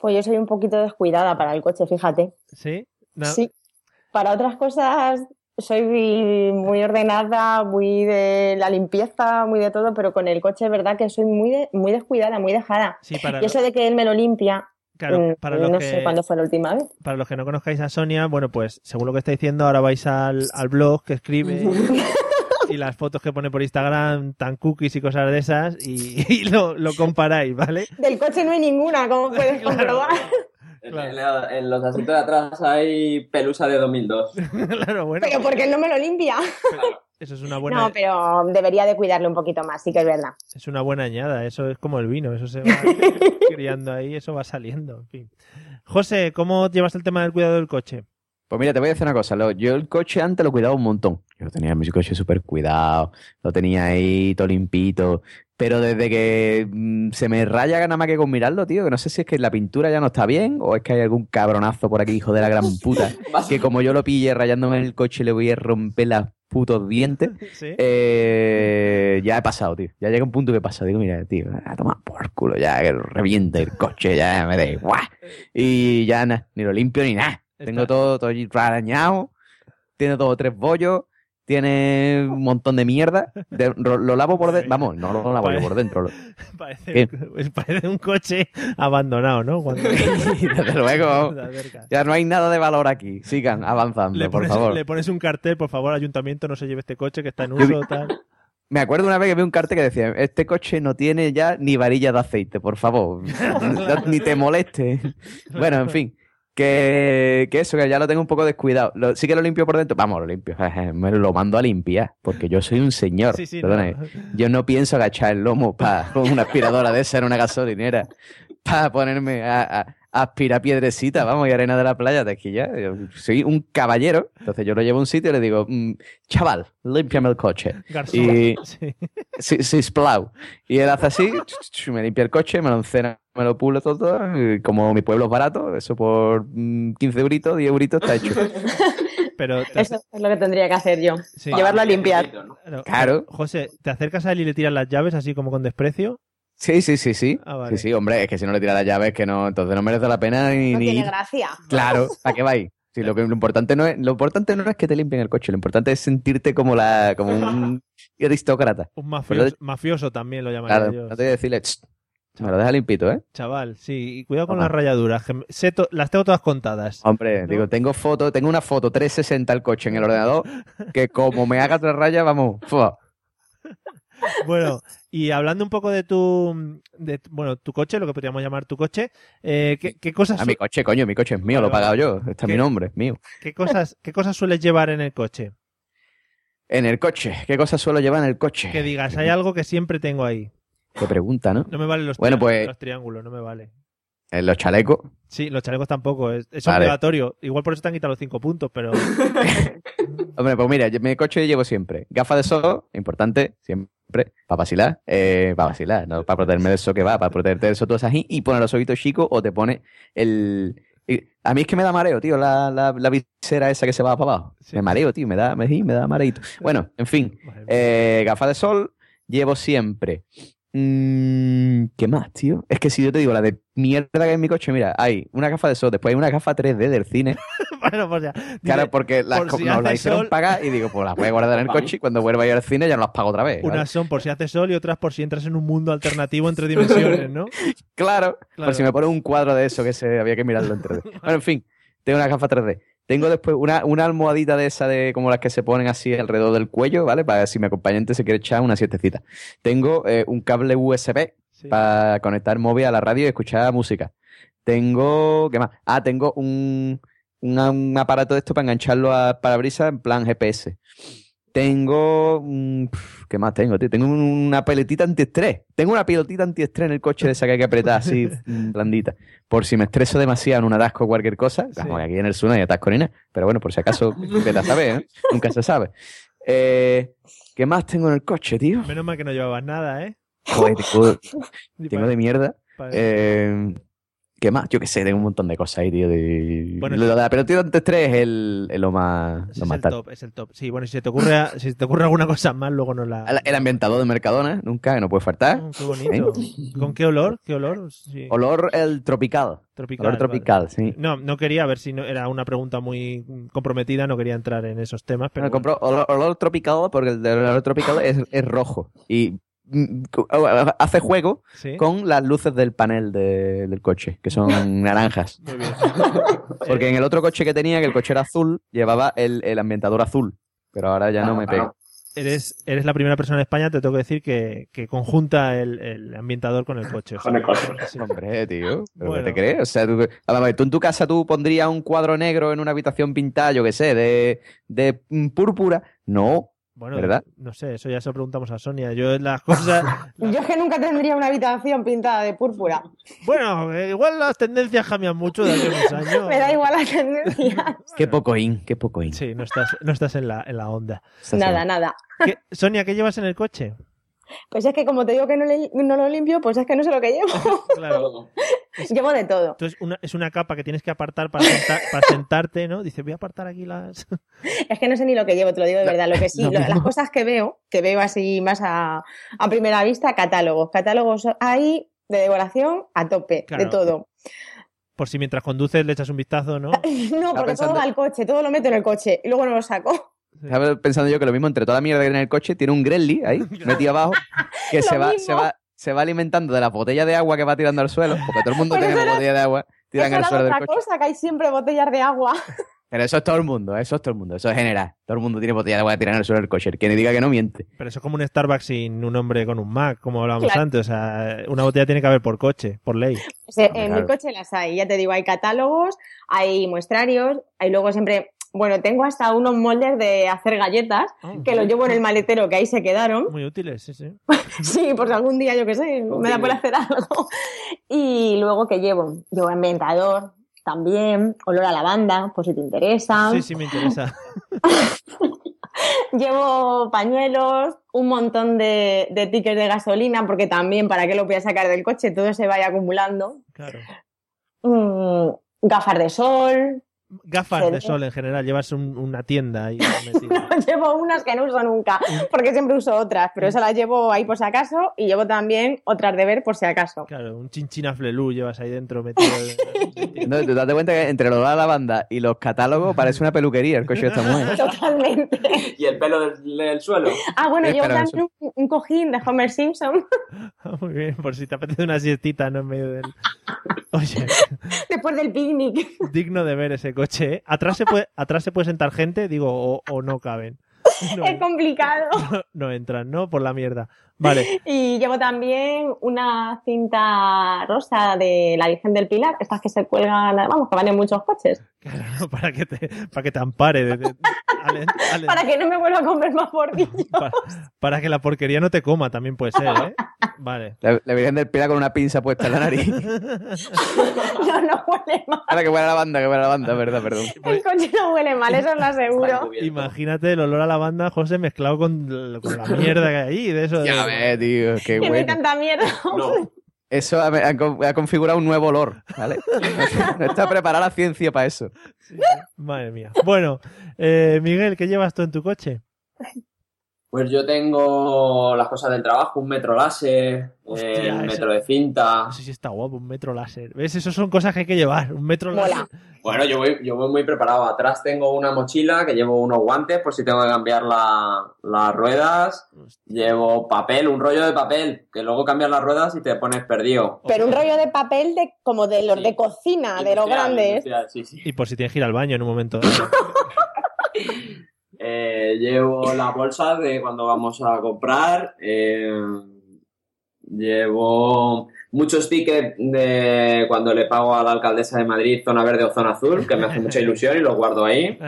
S2: Pues yo soy un poquito descuidada para el coche, fíjate.
S1: ¿Sí? No.
S2: Sí. Para otras cosas soy muy ordenada, muy de la limpieza, muy de todo, pero con el coche es verdad que soy muy, de- muy descuidada, muy dejada.
S1: Sí, para,
S2: Y eso de que él me lo limpia,
S1: claro,
S2: mm,
S1: para los
S2: no
S1: que...
S2: sé cuándo fue la última vez.
S1: para los que no conozcáis a Sonia, bueno, pues según lo que está diciendo, ahora vais al, al blog que escribe y las fotos que pone por Instagram, tan cookies y cosas de esas, y, y lo, lo comparáis, ¿vale?
S2: Del coche no hay ninguna, como puedes
S1: Claro.
S2: comprobar.
S1: Claro.
S4: En, la- en los asientos de atrás hay pelusa de 2002.
S1: Claro, bueno, eh.
S2: Pero porque él no me lo limpia.
S1: eso es una buena,
S2: No, pero debería de cuidarlo un poquito más, sí que es verdad.
S1: es una buena añada, eso es como el vino, eso se va criando ahí, eso va saliendo, en fin. José, ¿cómo llevas el tema del cuidado del coche?
S3: Pues mira, te voy a decir una cosa. lo- yo el coche antes lo cuidaba un montón. Yo tenía mi coche súper cuidado, lo tenía ahí todo limpito. Pero desde que mm, se me raya nada más que con mirarlo, tío, que no sé si es que la pintura ya no está bien o es que hay algún cabronazo por aquí, hijo de la gran puta, que como yo lo pille rayándome el coche le voy a romper los putos dientes.
S1: ¿Sí?
S3: Eh, ya he pasado, tío. Ya llega un punto que he pasado. Digo, mira, tío, a tomar por culo, ya que reviente el coche, ya me da igual. Y ya na, ni lo limpio ni nada. Tengo
S1: Está-
S3: todo, todo allí rarañado. Tiene dos o tres bollos. Tiene un montón de mierda. De- ro- lo lavo por dentro. Vamos, no lo lavo yo por dentro. lo-
S1: Parece, pues parece un coche abandonado, ¿no? Cuando
S3: Desde luego.
S1: te acercas.
S3: Ya no hay nada de valor aquí. Sigan avanzando,
S1: Le
S3: por
S1: pones,
S3: favor.
S1: le pones un cartel, por favor, ayuntamiento, no se lleve este coche que está en
S3: Yo vi-
S1: uso, tal.
S3: Me acuerdo una vez que vi un cartel que decía: Este coche no tiene ya ni varilla de aceite, por favor. No- ni te moleste. Bueno, en fin. Que, que eso, que ya lo tengo un poco descuidado. Lo- sí que lo limpio por dentro. Vamos, lo limpio. Me lo mando a limpiar, porque yo soy un señor.
S1: Sí, sí,
S3: perdone.
S1: no.
S3: Yo no pienso agachar el lomo para con una aspiradora de esa en una gasolinera para ponerme a, a- a aspirar piedrecita, vamos, y arena de la playa de aquí ya. Yo soy un caballero, entonces yo lo llevo a un sitio y le digo, "Mm, chaval, límpiame el coche.
S1: Garzón.
S3: Y-
S1: Sí.
S3: Si- Sisplau. Y él hace así, ch, ch, ch, me limpia el coche, me lo encena, me lo pulo todo, todo, y como mi pueblo es barato, eso por mm, 15 euritos, 10 euritos está hecho.
S1: Pero te
S2: Eso
S1: ace-
S2: es lo que tendría que hacer yo.
S1: sí.
S2: Llevarlo a limpiar.
S1: Claro.
S3: Claro.
S1: José, ¿te acercas a él y le tiras las llaves así como con desprecio?
S3: Sí, sí, sí, sí.
S1: Ah, vale.
S3: Sí, sí, hombre, es que si no le tira la llave es que no, entonces no merece la pena ni,
S2: No
S3: ni
S2: tiene
S3: ir.
S2: gracia.
S3: Claro, ¿a qué vais? Sí, lo, que- lo importante no es, lo importante no es que te limpien el coche, lo importante es sentirte como la, como un aristócrata.
S1: Un
S3: Pero-
S1: mafioso, mafioso también lo llamaría
S3: Claro,
S1: yo.
S3: no te voy a decirle, "Tss, me lo deja limpito, ¿eh?
S1: Chaval, sí. Y cuidado con
S3: Toma.
S1: las rayaduras, que me- sé to- las tengo todas contadas.
S3: Hombre,
S1: No.
S3: digo, tengo foto, tengo una foto 360 al coche en el ordenador, que como me haga otra raya, vamos, ¡fua!
S1: Bueno, y hablando un poco de tu, de, tu- bueno, tu coche, lo que podríamos llamar tu coche, eh, ¿qué, qué cosas,
S3: a
S1: su-
S3: Ah, mi coche, coño, mi coche es mío, lo he pagado yo, está
S1: ¿Qué?
S3: mi nombre, es mío.
S1: qué cosas, qué cosas sueles llevar en el coche?
S3: En el coche, ¿qué cosas suelo llevar en el coche?
S1: Que digas, hay algo que siempre tengo ahí.
S3: Qué pregunta, ¿no?
S1: No me valen los,
S3: Bueno,
S1: tri-
S3: pues-
S1: los triángulos, no me vale.
S3: En los chalecos,
S1: Sí, los chalecos tampoco, es, es
S3: Vale.
S1: obligatorio. Igual por eso te han quitado los cinco puntos, pero
S3: Hombre, pues mira, yo, mi coche llevo siempre gafas de sol, importante, siempre, para vacilar, eh, para vacilar, no para protegerme del sol que va, para protegerte del sol tú haces así y pones los ojitos chicos o te pone el... y- a mí es que me da mareo, tío, la, la, la visera esa que se va para abajo.
S1: Sí.
S3: Me mareo, tío, me da, me, sí, me da mareito. Bueno, en fin,
S1: Madre mía.
S3: eh, gafas de sol llevo siempre. Mm, ¿Qué más, tío? Es que si yo te digo la de mierda que hay en mi coche, mira, hay una gafa de sol, después hay una gafa 3D del cine,
S1: bueno, pues ya. Dile,
S3: Claro, porque las
S1: por
S3: co-
S1: si
S3: nos
S1: hace
S3: las hicieron
S1: sol.
S3: pagar y digo, pues las voy a guardar en el coche y cuando vuelva a ir al cine ya no las pago otra vez. ¿vale?
S1: unas son por si hace sol y otras por si entras en un mundo alternativo entre dimensiones, ¿no?
S3: Claro,
S1: Claro.
S3: por si me pone un cuadro de eso que se había que mirarlo en 3D. Bueno, en fin, tengo una gafa 3D. Tengo después una, una almohadita de esa de como las que se ponen así alrededor del cuello, ¿vale? Para si mi acompañante se quiere echar una siestecita. Tengo eh, un cable USB
S1: Sí.
S3: para conectar móvil a la radio y escuchar música. Tengo, ¿qué más? Ah, tengo un, un- un aparato de esto para engancharlo a parabrisas en plan GPS. Tengo, mm, pf, ¿qué más tengo? tío? Tengo una pelotita antiestrés. Tengo una pelotita antiestrés en el coche de esa que hay que apretar así, mm, blandita. Por si me estreso demasiado en un atasco o cualquier cosa.
S1: Sí.
S3: Vamos, aquí en el sur no hay atasco ni nada. Pero bueno, por si acaso, te la sabes, ¿eh? Nunca se sabe. Eh, ¿Qué más tengo en el coche, tío?
S1: Menos mal que no llevabas nada, ¿eh?
S3: Joder, tengo-
S1: Ni
S3: tengo
S1: pa-
S3: de mierda.
S1: pa-
S3: Eh, ¿Qué más? Yo qué sé, tengo un montón de cosas ahí, tío. de-
S1: Bueno,
S3: lo
S1: sí.
S3: de la pelotita antes tres es, el, es lo más,
S1: Ese
S3: lo
S1: es
S3: más
S1: el
S3: tal.
S1: top, es el top. Sí, bueno, si se te ocurre, si se te ocurre alguna cosa más, luego nos la.
S3: El- El ambientador de Mercadona, nunca, que no puede faltar.
S1: Mm, qué bonito. ¿Con qué olor? ¿Qué olor? Sí.
S3: ¿Ah? Olor el tropical.
S1: Tropical. vale.
S3: Olor tropical, sí.
S1: No, no quería, a ver si no, era una pregunta muy comprometida, no quería entrar en esos temas, pero.
S3: Bueno, Ah, compro olor, olor tropical porque el de olor tropical es, es rojo. Y mm, cu- hace juego
S1: bueno, sí.
S3: con las luces del panel de- del coche, que son naranjas.
S1: Muy bien. Eh,
S3: Porque en el otro coche que tenía, que el coche era azul, llevaba el, el ambientador azul. Pero ahora ya no me pega.
S1: Eres, eres la primera persona en España, te tengo que decir, que, que conjunta el, el ambientador con el coche. o sea,
S4: Con el coche.
S1: sí.
S3: Hombre, tío. ¿Pero
S1: Bueno.
S3: qué te crees? O sea, tú, a ver, tú en tu casa tú pondrías un cuadro negro en una habitación pintada, yo qué sé, de, de mm, púrpura. No.
S1: Bueno,
S3: ¿Verdad?
S1: no sé, eso ya se lo preguntamos a Sonia. Yo las cosas.
S2: Yo es que nunca tendría una habitación pintada de púrpura.
S1: Bueno, eh, igual las tendencias cambian mucho de hace unos años.
S2: Me da igual la tendencia.
S3: Qué poco in, qué poco in.
S1: Sí, no estás, no estás en, la, en la onda.
S3: Estás
S2: nada, nada.
S1: ¿Qué- Sonia, ¿qué llevas en el coche?
S2: Pues es que como te digo que no, le- no lo limpio, pues es que no sé lo que llevo.
S1: Claro.
S2: llevo de todo.
S1: Entonces, una, es una capa que tienes que apartar para, senta- para sentarte, ¿no? Dices, voy a apartar aquí las.
S2: Es que no sé ni lo que llevo, te lo digo de
S3: La-
S2: verdad. Lo que sí,
S3: lo
S2: lo-
S3: mismo.
S2: las cosas que veo, que veo así más a, a primera vista, catálogos. Catálogos ahí de decoración a tope,
S1: Claro.
S2: de todo.
S1: Por si mientras conduces le echas un vistazo, ¿no?
S2: No, porque
S3: pensando-
S2: todo va al coche, todo lo meto en el coche y luego no lo saco.
S3: Estaba pensando yo que lo mismo, entre toda la mierda que tiene el coche, tiene un Gremlin ahí, metido abajo, que
S2: Lo
S3: se va,
S2: mismo.
S3: se, va, se va alimentando de la botella de agua que va tirando al suelo, porque todo el mundo
S2: Pero
S3: tiene
S2: eso era-
S3: botella de agua, tiran
S2: Eso
S3: al
S2: era
S3: suelo del
S2: otra
S3: coche.
S2: cosa, que hay siempre botellas de agua.
S3: Pero eso es todo el mundo, eso es todo el mundo, eso es general. Todo el mundo tiene botella de agua que tiran al suelo del coche. El que le diga que no miente.
S1: Pero eso es como un Starbucks sin un hombre con un Mac, como hablábamos
S2: Claro.
S1: antes. O sea, una botella tiene que haber por coche, por ley.
S2: O sea,
S3: Hombre,
S2: en
S3: claro.
S2: mi coche las hay, ya te digo, hay catálogos, hay muestrarios, hay luego siempre, bueno, tengo hasta unos moldes de hacer galletas
S3: Ah,
S2: que los llevo en el maletero que ahí se quedaron.
S1: Muy útiles, sí, sí.
S2: Sí, por si algún día, yo qué sé, me da por hacer algo. Y luego que llevo, llevo inventador también, olor a lavanda, por si te interesa.
S1: Sí, sí, me interesa.
S2: Llevo pañuelos, un montón de, de tickets de gasolina, porque también, ¿para qué lo voy a sacar del coche? Todo se vaya acumulando.
S1: Claro.
S2: Mm, gafas de sol,
S1: Gafas de sol en general, llevas un- una tienda ahí metida.
S2: Llevo unas que no uso nunca, porque siempre uso otras, pero esas las llevo ahí por si acaso y llevo también otras de ver por si acaso.
S1: Claro, un chinchina flelú llevas ahí dentro metido.
S3: No, te das cuenta que entre lo de la banda y los catálogos parece una peluquería el coche de esta mujer.
S2: Totalmente.
S4: Y el pelo del, del suelo.
S2: Ah, bueno,
S3: Sí,
S2: llevo
S3: pero
S2: también un, un cojín de Homer Simpson.
S1: Ah, Muy bien, por si te apetece una siestita, ¿no? En medio del. Oye,
S2: Después del picnic.
S1: digno de ver ese coche, ¿eh? Atrás se puede, atrás se puede sentar gente, digo, o, o no caben. No,
S2: Es complicado.
S1: no entran, ¿no? Por la mierda. Vale,
S2: Y llevo también una cinta rosa de la Virgen del Pilar, estas que se cuelgan, vamos, que van en muchos coches,
S1: claro, para que te, para que te ampare. de- de- ale- ale-
S2: para que no me vuelva a comer más bordillo.
S1: para, para que la porquería no te coma, también puede ser, ¿eh? Vale.
S3: La, la Virgen del Pilar con una pinza puesta en la nariz.
S2: No, no huele mal.
S3: Ahora que buena la banda, que buena la banda, verdad, perdón.
S2: El coche no huele mal, eso os lo
S4: Pues- Está
S2: aseguro.
S4: encubierto.
S1: Imagínate el olor a la banda, José, mezclado con, l- con la mierda que hay allí. De eso, de-
S3: Ya ves, Eh, tío, qué
S2: Que no hay
S3: bueno.
S2: tanta mierda.
S4: No,
S3: Eso ha, ha con- ha configurado un nuevo olor, ¿vale? No está preparada la ciencia para eso.
S1: Madre mía. Bueno, eh, Miguel, ¿qué llevas tú en tu coche?
S4: Pues yo tengo las cosas del trabajo, un metro láser,
S1: Hostia,
S4: eh, un
S1: eso-
S4: metro de cinta.
S1: No sé si está guapo, un metro láser. ¿Ves? Esas son cosas que hay que llevar. Un metro
S2: Mola.
S1: láser.
S4: Bueno, yo voy, yo voy muy preparado. Atrás tengo una mochila que llevo unos guantes por si tengo que cambiar la- las ruedas. Llevo papel, un rollo de papel, que luego cambias las ruedas y te pones perdido.
S2: Pero un rollo de papel de como de los
S4: Sí.
S2: de cocina, Ah, de los
S4: Industrial,
S2: grandes.
S4: industrial, sí, sí.
S1: Y por si tienes que ir al baño en un momento.
S4: Eh, llevo las bolsas de cuando vamos a comprar. eh, llevo muchos tickets de cuando le pago a la alcaldesa de Madrid, zona verde o zona azul, que me hace mucha ilusión y los guardo ahí.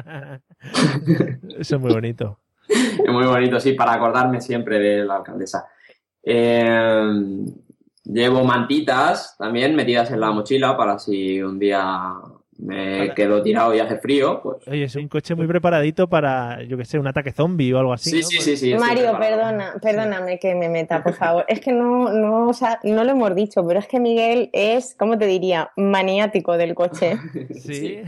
S1: Eso es muy bonito.
S4: Es muy bonito, sí, para acordarme siempre de la alcaldesa. Eh, llevo mantitas también metidas en la mochila para si un día me quedo tirado y hace frío, pues
S1: Oye, es un coche muy preparadito para, yo que sé, un ataque zombie o algo así.
S4: sí,
S1: ¿no? Pues
S4: sí, sí, sí. estoy
S2: Mario,
S4: preparado.
S2: perdona, perdóname que me meta, por favor. Es que no, no, o sea, no lo hemos dicho, pero es que Miguel es, ¿cómo te diría? Maniático del coche.
S1: Sí.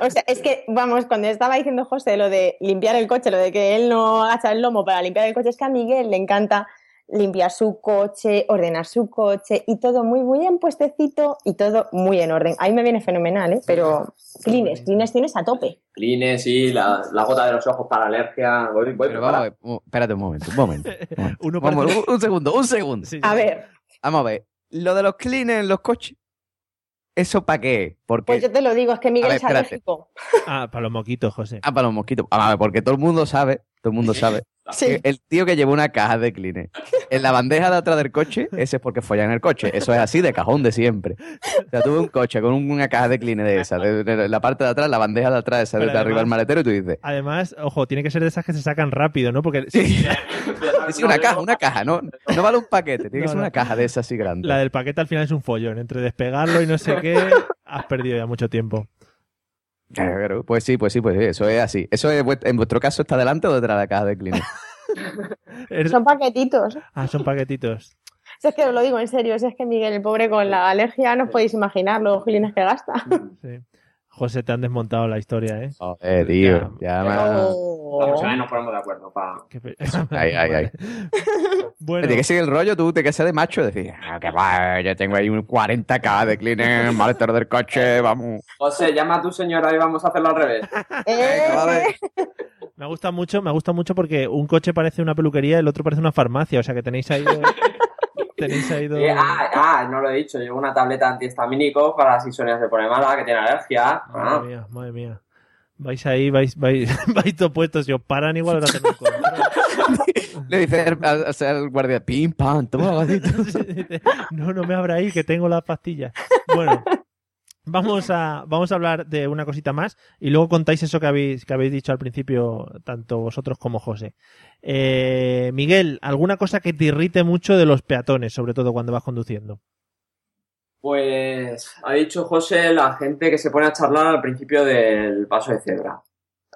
S2: O sea, es que, vamos, cuando estaba diciendo José lo de limpiar el coche, lo de que él no agacha el lomo para limpiar el coche, es que a Miguel le encanta limpiar su coche, ordenar su coche y todo muy, muy en puestecito y todo muy en orden. Ahí me viene fenomenal, ¿eh? Pero clines, clines tienes a tope.
S4: Clines, sí, la, la gota de los ojos para alergia. Voy, voy
S3: Pero vamos a
S4: preparado.
S3: ver, mo- espérate un momento, un momento. un momento.
S1: Uno
S3: Vamos,
S1: parece-
S3: un, un segundo, un segundo.
S1: Sí, sí.
S2: A ver,
S3: Vamos a ver, lo de los cleaners en los coches, ¿eso para qué? es? Porque...
S2: pues yo te lo digo, es que Miguel
S3: ver,
S2: es
S3: espérate.
S2: alérgico.
S1: Ah, para los moquitos, José.
S3: Ah, para los mosquitos. Vamos a ver, porque todo el mundo sabe, todo el mundo sabe.
S2: Sí.
S3: que Eh, El tío que llevó una caja de cleaners en la bandeja de atrás del coche, ese es porque follan en el coche. Eso es así, de cajón de siempre. O sea, tuve un coche con un- una caja de cleaners de esa, de, de- de la parte de atrás, la bandeja de atrás, esa de,
S1: Pero
S3: de arriba
S1: además-
S3: del maletero, y tú dices,
S1: Además, ojo, tiene que ser de esas que se sacan rápido, ¿no? Porque
S3: sí,
S4: Ya sabes,
S3: sí, una
S4: no,
S3: caja,
S4: no,
S3: una caja, no, no vale un paquete, tiene
S1: No,
S3: que ser
S1: no.
S3: una caja de esa así grande.
S1: la del paquete al final es un follón. Entre despegarlo y no sé qué, has perdido ya mucho tiempo.
S3: Claro, pues sí, pues sí, pues sí, eso es así. Eso es, vuest- en vuestro caso está delante o detrás de la caja de cleaners.
S1: Eres-
S2: Son paquetitos.
S1: Ah, son paquetitos.
S2: Si es que os lo digo en serio, si es que Miguel, el pobre con la alergia, no os podéis imaginar los clines que gasta.
S1: Sí. José, te han desmontado la historia, ¿eh?
S3: Joder, tío, ya, me-
S4: Vamos a
S2: Oh.
S4: ver, nos ponemos de acuerdo. Pa...
S1: Qué pe-
S3: Ay, ay, ay.
S1: Bueno,
S3: Tiene que seguir el rollo, tú, te que ser de macho, decir, "Ah, que va, yo tengo ahí un 40k de cleaner, maletero del coche, vamos.
S4: José, llama a tu señora y vamos a hacerlo al revés.
S2: Eh,
S1: me gusta mucho, me gusta mucho porque un coche parece una peluquería y el otro parece una farmacia. O sea que tenéis ahí. dos- tenéis ahí dos-
S4: Eh, ah, ah, no lo he dicho. Llevo una tableta antihistamínico para si Sonia se pone mala, que tiene alergia. Ah,
S1: Madre mía, madre mía. Vais ahí, vais, vais, vais todos puestos. Si os paran, igual os hacen un control.
S3: Le dice al, al- al- al guardia, pim, pam, toma la gatita".
S1: no, no me abra ahí, que tengo las pastillas. Bueno, vamos a, vamos a hablar de una cosita más y luego contáis eso que habéis, que habéis dicho al principio, tanto vosotros como José. Eh, Miguel, ¿alguna cosa que te irrite mucho de los peatones, sobre todo cuando vas conduciendo?
S4: Pues ha dicho José la gente que se pone a charlar al principio del paso de cebra.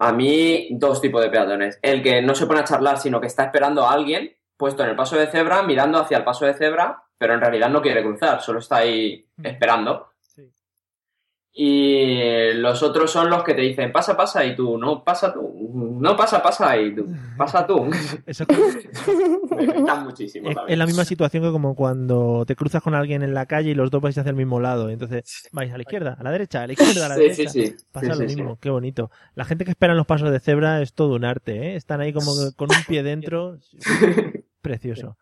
S4: A mí, dos tipos de peatones. El que no se pone a charlar, sino que está esperando a alguien puesto en el paso de cebra, mirando hacia el paso de cebra, pero en realidad no quiere cruzar, solo está ahí esperando.
S1: Sí.
S4: Y los otros son los que te dicen, pasa, pasa, y tú, no, pasa tú, no, pasa, pasa, y tú, pasa tú.
S1: Eso es como-
S4: Me irritan muchísimo.
S1: es-
S4: también.
S1: es la misma situación que como cuando te cruzas con alguien en la calle y los dos vais hacia el mismo lado. Entonces vais a la izquierda, a la derecha, a la izquierda, a la
S4: Sí,
S1: derecha.
S4: sí, sí.
S1: Pasa
S4: Sí,
S1: lo
S4: sí, sí.
S1: mismo, qué bonito. La gente que espera en los pasos de cebra es todo un arte, ¿eh? Están ahí como que con un pie dentro. Precioso.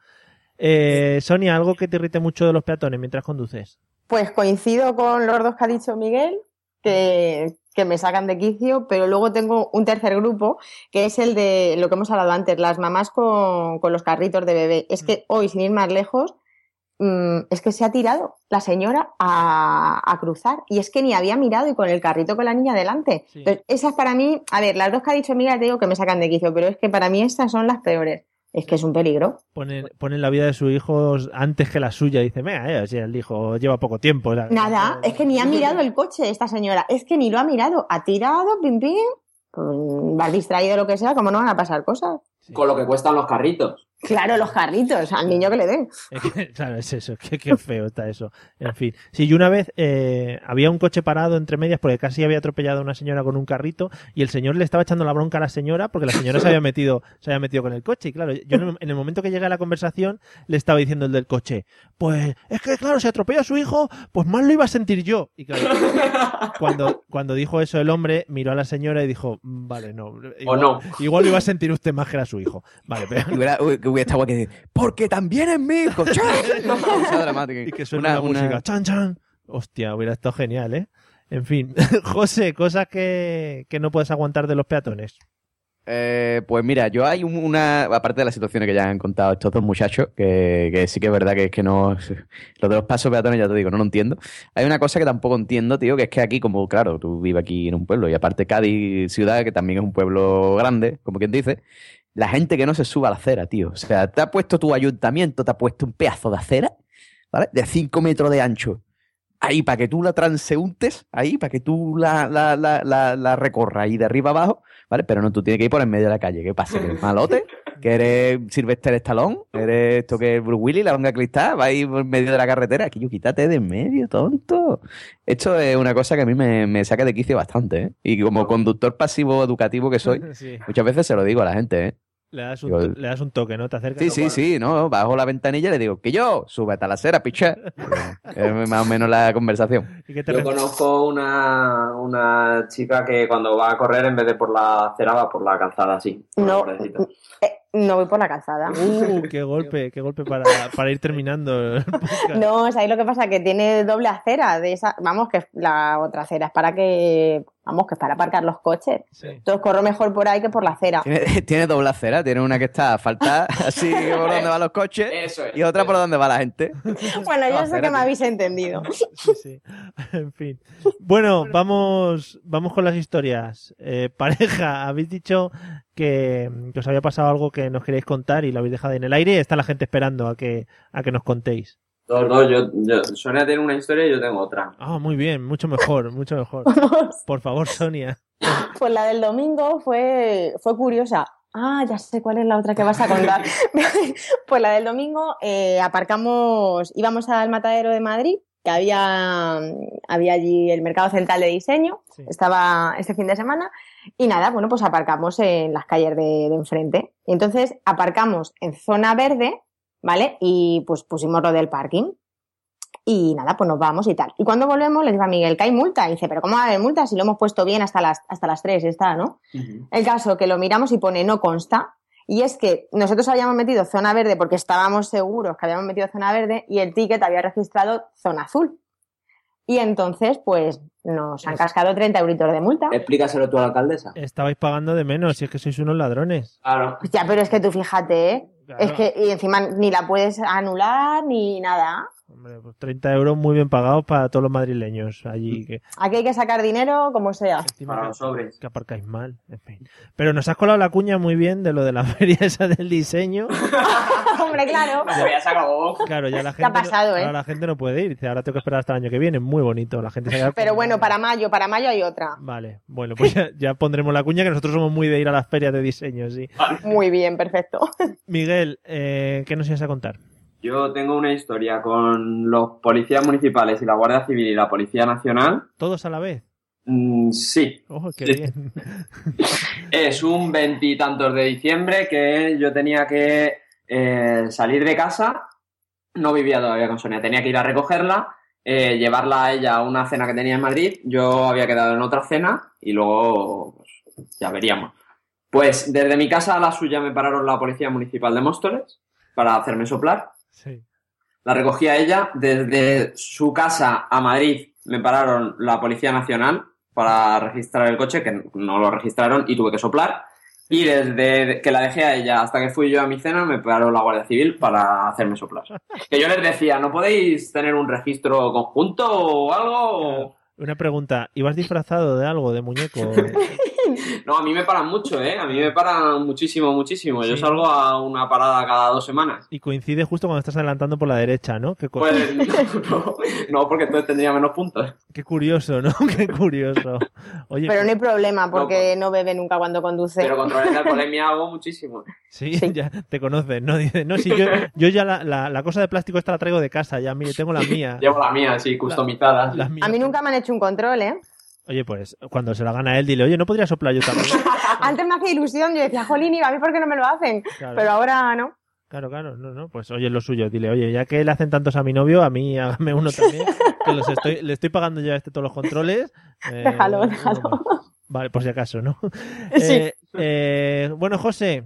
S1: Eh, Sonia, algo que te irrite mucho de los peatones mientras conduces.
S2: Pues coincido con los dos que ha dicho Miguel, que, que me sacan de quicio, pero luego tengo un tercer grupo, que es el de lo que hemos hablado antes, las mamás con, con los carritos de bebé. Es que hoy, sin ir más lejos, mm, es que se ha tirado la señora a, a cruzar y es que ni había mirado y con el carrito con la niña delante.
S1: Sí.
S2: Entonces, esas para mí, a ver, las dos que ha dicho Miguel, te digo que me sacan de quicio, pero es que para mí estas son las peores. Es que es un peligro.
S1: Ponen, ponen la vida de sus hijos antes que la suya. Dice, mira, eh, si el hijo lleva poco tiempo. la-
S2: Nada, es que ni ha mirado el coche esta señora, es que ni lo ha mirado, ha tirado, pim pim, mm, vas distraído lo que sea, como no van a pasar cosas.
S1: Sí.
S4: Con lo que cuestan los carritos.
S2: Claro, los carritos, al niño que le den.
S1: Es que, claro, es eso, qué, qué feo está eso. En fin, sí, yo una vez eh, había un coche parado entre medias porque casi había atropellado a una señora con un carrito y el señor le estaba echando la bronca a la señora porque la señora se había metido, se había metido con el coche. Y claro, yo en el- en el momento que llegué a la conversación le estaba diciendo el del coche, pues es que claro, si atropella a su hijo, pues más lo iba a sentir yo. Y claro, cuando, cuando dijo eso el hombre, miró a la señora y dijo, "Mm, vale, no. Igual,
S4: no.
S1: Igual lo iba a sentir usted más que era su hijo. Vale, pero
S3: Y hubiera, uy, que hubiera estado guay que dice, porque también es mi hijo, Cosa dramática.
S1: Y que suena una, música. Chan, chan. Hostia, hubiera estado genial, ¿eh? En fin, José, cosas que, que no puedes aguantar de los peatones.
S3: Eh, pues mira, yo hay un- una, aparte de las situaciones que ya han contado estos dos muchachos, que, que sí que es verdad que es que no, lo de los pasos peatones ya te digo, no lo entiendo. Hay una cosa que tampoco entiendo, tío, que es que aquí, como claro, tú vives aquí en un pueblo y aparte Cádiz, ciudad, que también es un pueblo grande, como quien dice, la gente que no se suba a la acera, tío. O sea, te ha puesto tu ayuntamiento, te ha puesto un pedazo de acera, ¿vale? De 5 metros de ancho. ahí para que tú la transeúntes, ahí para que tú la, la, la, la, la recorras ahí de arriba abajo, ¿vale? Pero no, tú tienes que ir por en medio de la calle. ¿Qué pasa? ¿Que eres malote? ¿Que eres Sylvester Stallone? ¿Eres esto que es Bruce Willis, la longa cristal? ¿Va ahí por en medio de la carretera? Aquí yo quítate de en medio, tonto. Esto es una cosa que a mí me, me saca de quicio bastante, ¿eh? Y como conductor pasivo educativo que soy,
S1: Sí.
S3: muchas veces se lo digo a la gente, ¿eh?
S1: Le das,
S3: Digo,
S1: un, to- le das un toque, ¿no? Te acercas.
S3: Sí, sí, sí, no, bajo la ventanilla y le digo, que yo, súbete a la acera, piché. es más o menos la conversación.
S1: ¿Y qué te
S4: Yo
S1: re-
S4: conozco una, una chica que cuando va a correr, en vez de por la acera, va por la calzada así. por la
S2: No.
S4: bordecita.
S2: Eh, no voy por la calzada.
S1: Uh, qué golpe, qué golpe para, para ir terminando. el podcast.
S2: No, o sea, ahí lo que pasa que tiene doble acera de esa, vamos, que la otra acera es para que, vamos, que es para aparcar los coches.
S1: Sí.
S2: Entonces corro mejor por ahí que por la acera.
S3: Tiene, tiene doble acera, tiene una que está asfaltada, así que por donde van los coches,
S4: Eso es.
S3: y otra por donde va la gente.
S2: Bueno, yo
S3: No,
S2: sé que me
S3: acérate.
S2: habéis entendido.
S1: Sí, sí. En fin. Bueno, vamos, vamos con las historias. Eh, pareja, habéis dicho que, que os había pasado algo que nos queréis contar y lo habéis dejado en el aire. Está la gente esperando a que, a que nos contéis.
S4: No, no, yo, yo, Sonia tiene una historia y yo tengo otra.
S1: Ah, muy bien, mucho mejor, mucho mejor. Por favor, Sonia.
S2: Pues la del domingo fue, fue curiosa. Ah, ya sé cuál es la otra que vas a contar. pues la del domingo eh, aparcamos, íbamos al Matadero de Madrid, que había, había allí el Mercado Central de Diseño,
S1: Sí.
S2: estaba este fin de semana, y nada, bueno, pues aparcamos en las calles de, de enfrente. Y entonces aparcamos en zona verde, ¿vale? Y pues pusimos lo del parking. Y nada, pues nos vamos y tal. Y cuando volvemos, le digo a Miguel que hay multa. Y dice, pero ¿cómo va a haber multa si lo hemos puesto bien hasta las, hasta las 3 está, ¿no? El caso que lo miramos y pone no consta. Y es que nosotros habíamos metido zona verde porque estábamos seguros que habíamos metido zona verde y el ticket había registrado zona azul. Y entonces, pues nos han cascado 30 euritos de multa.
S4: Eh. Explícaselo tú a la alcaldesa.
S1: Estabais pagando de menos, si es que sois unos ladrones.
S4: Claro.
S2: Pues Ya, pero es que tú fíjate, ¿eh?
S1: Claro.
S2: Es que y encima ni la puedes anular ni nada.
S1: Hombre, pues 30 euros muy bien pagados para todos los madrileños allí.
S2: Mm,
S1: Que,
S2: Aquí hay que sacar dinero como sea.
S1: encima
S4: Para
S1: que-
S4: los sobres.
S1: que aparcáis mal, en fin. Pero nos has colado la cuña muy bien de lo de la feria esa del diseño.
S2: Hombre, claro.
S4: Ya se acabó.
S1: Claro, ya la
S2: Te ha
S1: gente,
S2: pasado,
S1: no,
S2: ¿eh?
S1: ahora la gente no puede ir. Dice, ahora tengo que esperar hasta el año que viene. Muy bonito, la gente se ha quedado
S2: Pero
S1: con-
S2: bueno, para mayo, para mayo hay otra.
S1: Vale, bueno, pues ya, ya pondremos la cuña que nosotros somos muy de ir a las ferias de diseño, sí.
S2: Muy bien, perfecto.
S1: Miguel, eh, ¿qué nos ibas a contar?
S4: Yo tengo una historia con los policías municipales y la Guardia Civil y la Policía Nacional.
S1: ¿Todos a la vez?
S4: Mm, sí,
S1: ¡Oh, qué
S4: Sí.
S1: bien!
S4: Es un veintitantos de diciembre que yo tenía que eh, salir de casa. No vivía todavía con Sonia, tenía que ir a recogerla, eh, llevarla a ella a una cena que tenía en Madrid. Yo había quedado en otra cena y luego pues, ya veríamos. Pues desde mi casa a la suya me pararon la policía municipal de Móstoles para hacerme soplar.
S1: Sí.
S4: La recogí a ella. Desde su casa a Madrid me pararon la Policía Nacional para registrar el coche, que no lo registraron y tuve que soplar. Y desde que la dejé a ella hasta que fui yo a mi cena, me paró la Guardia Civil para hacerme soplar. Que yo les decía, ¿no podéis tener un registro conjunto o algo? O-
S1: Una pregunta, ¿ibas disfrazado de algo, de muñeco?
S4: No, a mí me paran mucho, ¿eh? A mí me paran muchísimo, muchísimo. Yo
S1: Sí.
S4: salgo a una parada cada dos semanas.
S1: y coincide justo cuando estás adelantando por la derecha, ¿no? Qué, co-
S4: Pues no, no, porque entonces tendría menos puntos.
S1: qué curioso, ¿no? Qué curioso. Oye,
S2: Pero no hay problema porque
S4: pues-
S2: no bebe nunca cuando conduce.
S4: Pero controlar la alcoholemia hago muchísimo.
S1: Sí, ya te conoces, ¿no? Dice, no, si yo, yo ya la, la, la cosa de plástico esta la traigo de casa, ya, mire, tengo la mía.
S4: Llevo la mía, sí, customizada.
S1: Las mías.
S2: A mí nunca me han hecho un control, ¿eh?
S1: Oye, pues cuando se la gana él, dile, oye, ¿no podría soplar yo también?
S2: Antes me hacía ilusión, yo decía, jolín, ¿y a mí por qué no me lo hacen?
S1: Claro,
S2: Pero ahora no.
S1: claro, claro, no, no, pues oye, lo suyo, dile, oye, ya que le hacen tantos a mi novio, a mí hágame uno también, que los estoy, le estoy pagando yo a este todos los controles. eh,
S2: Déjalo,
S1: uno
S2: déjalo.
S1: más. Vale, por si acaso, ¿no?
S2: Sí.
S1: Eh, eh, bueno, José,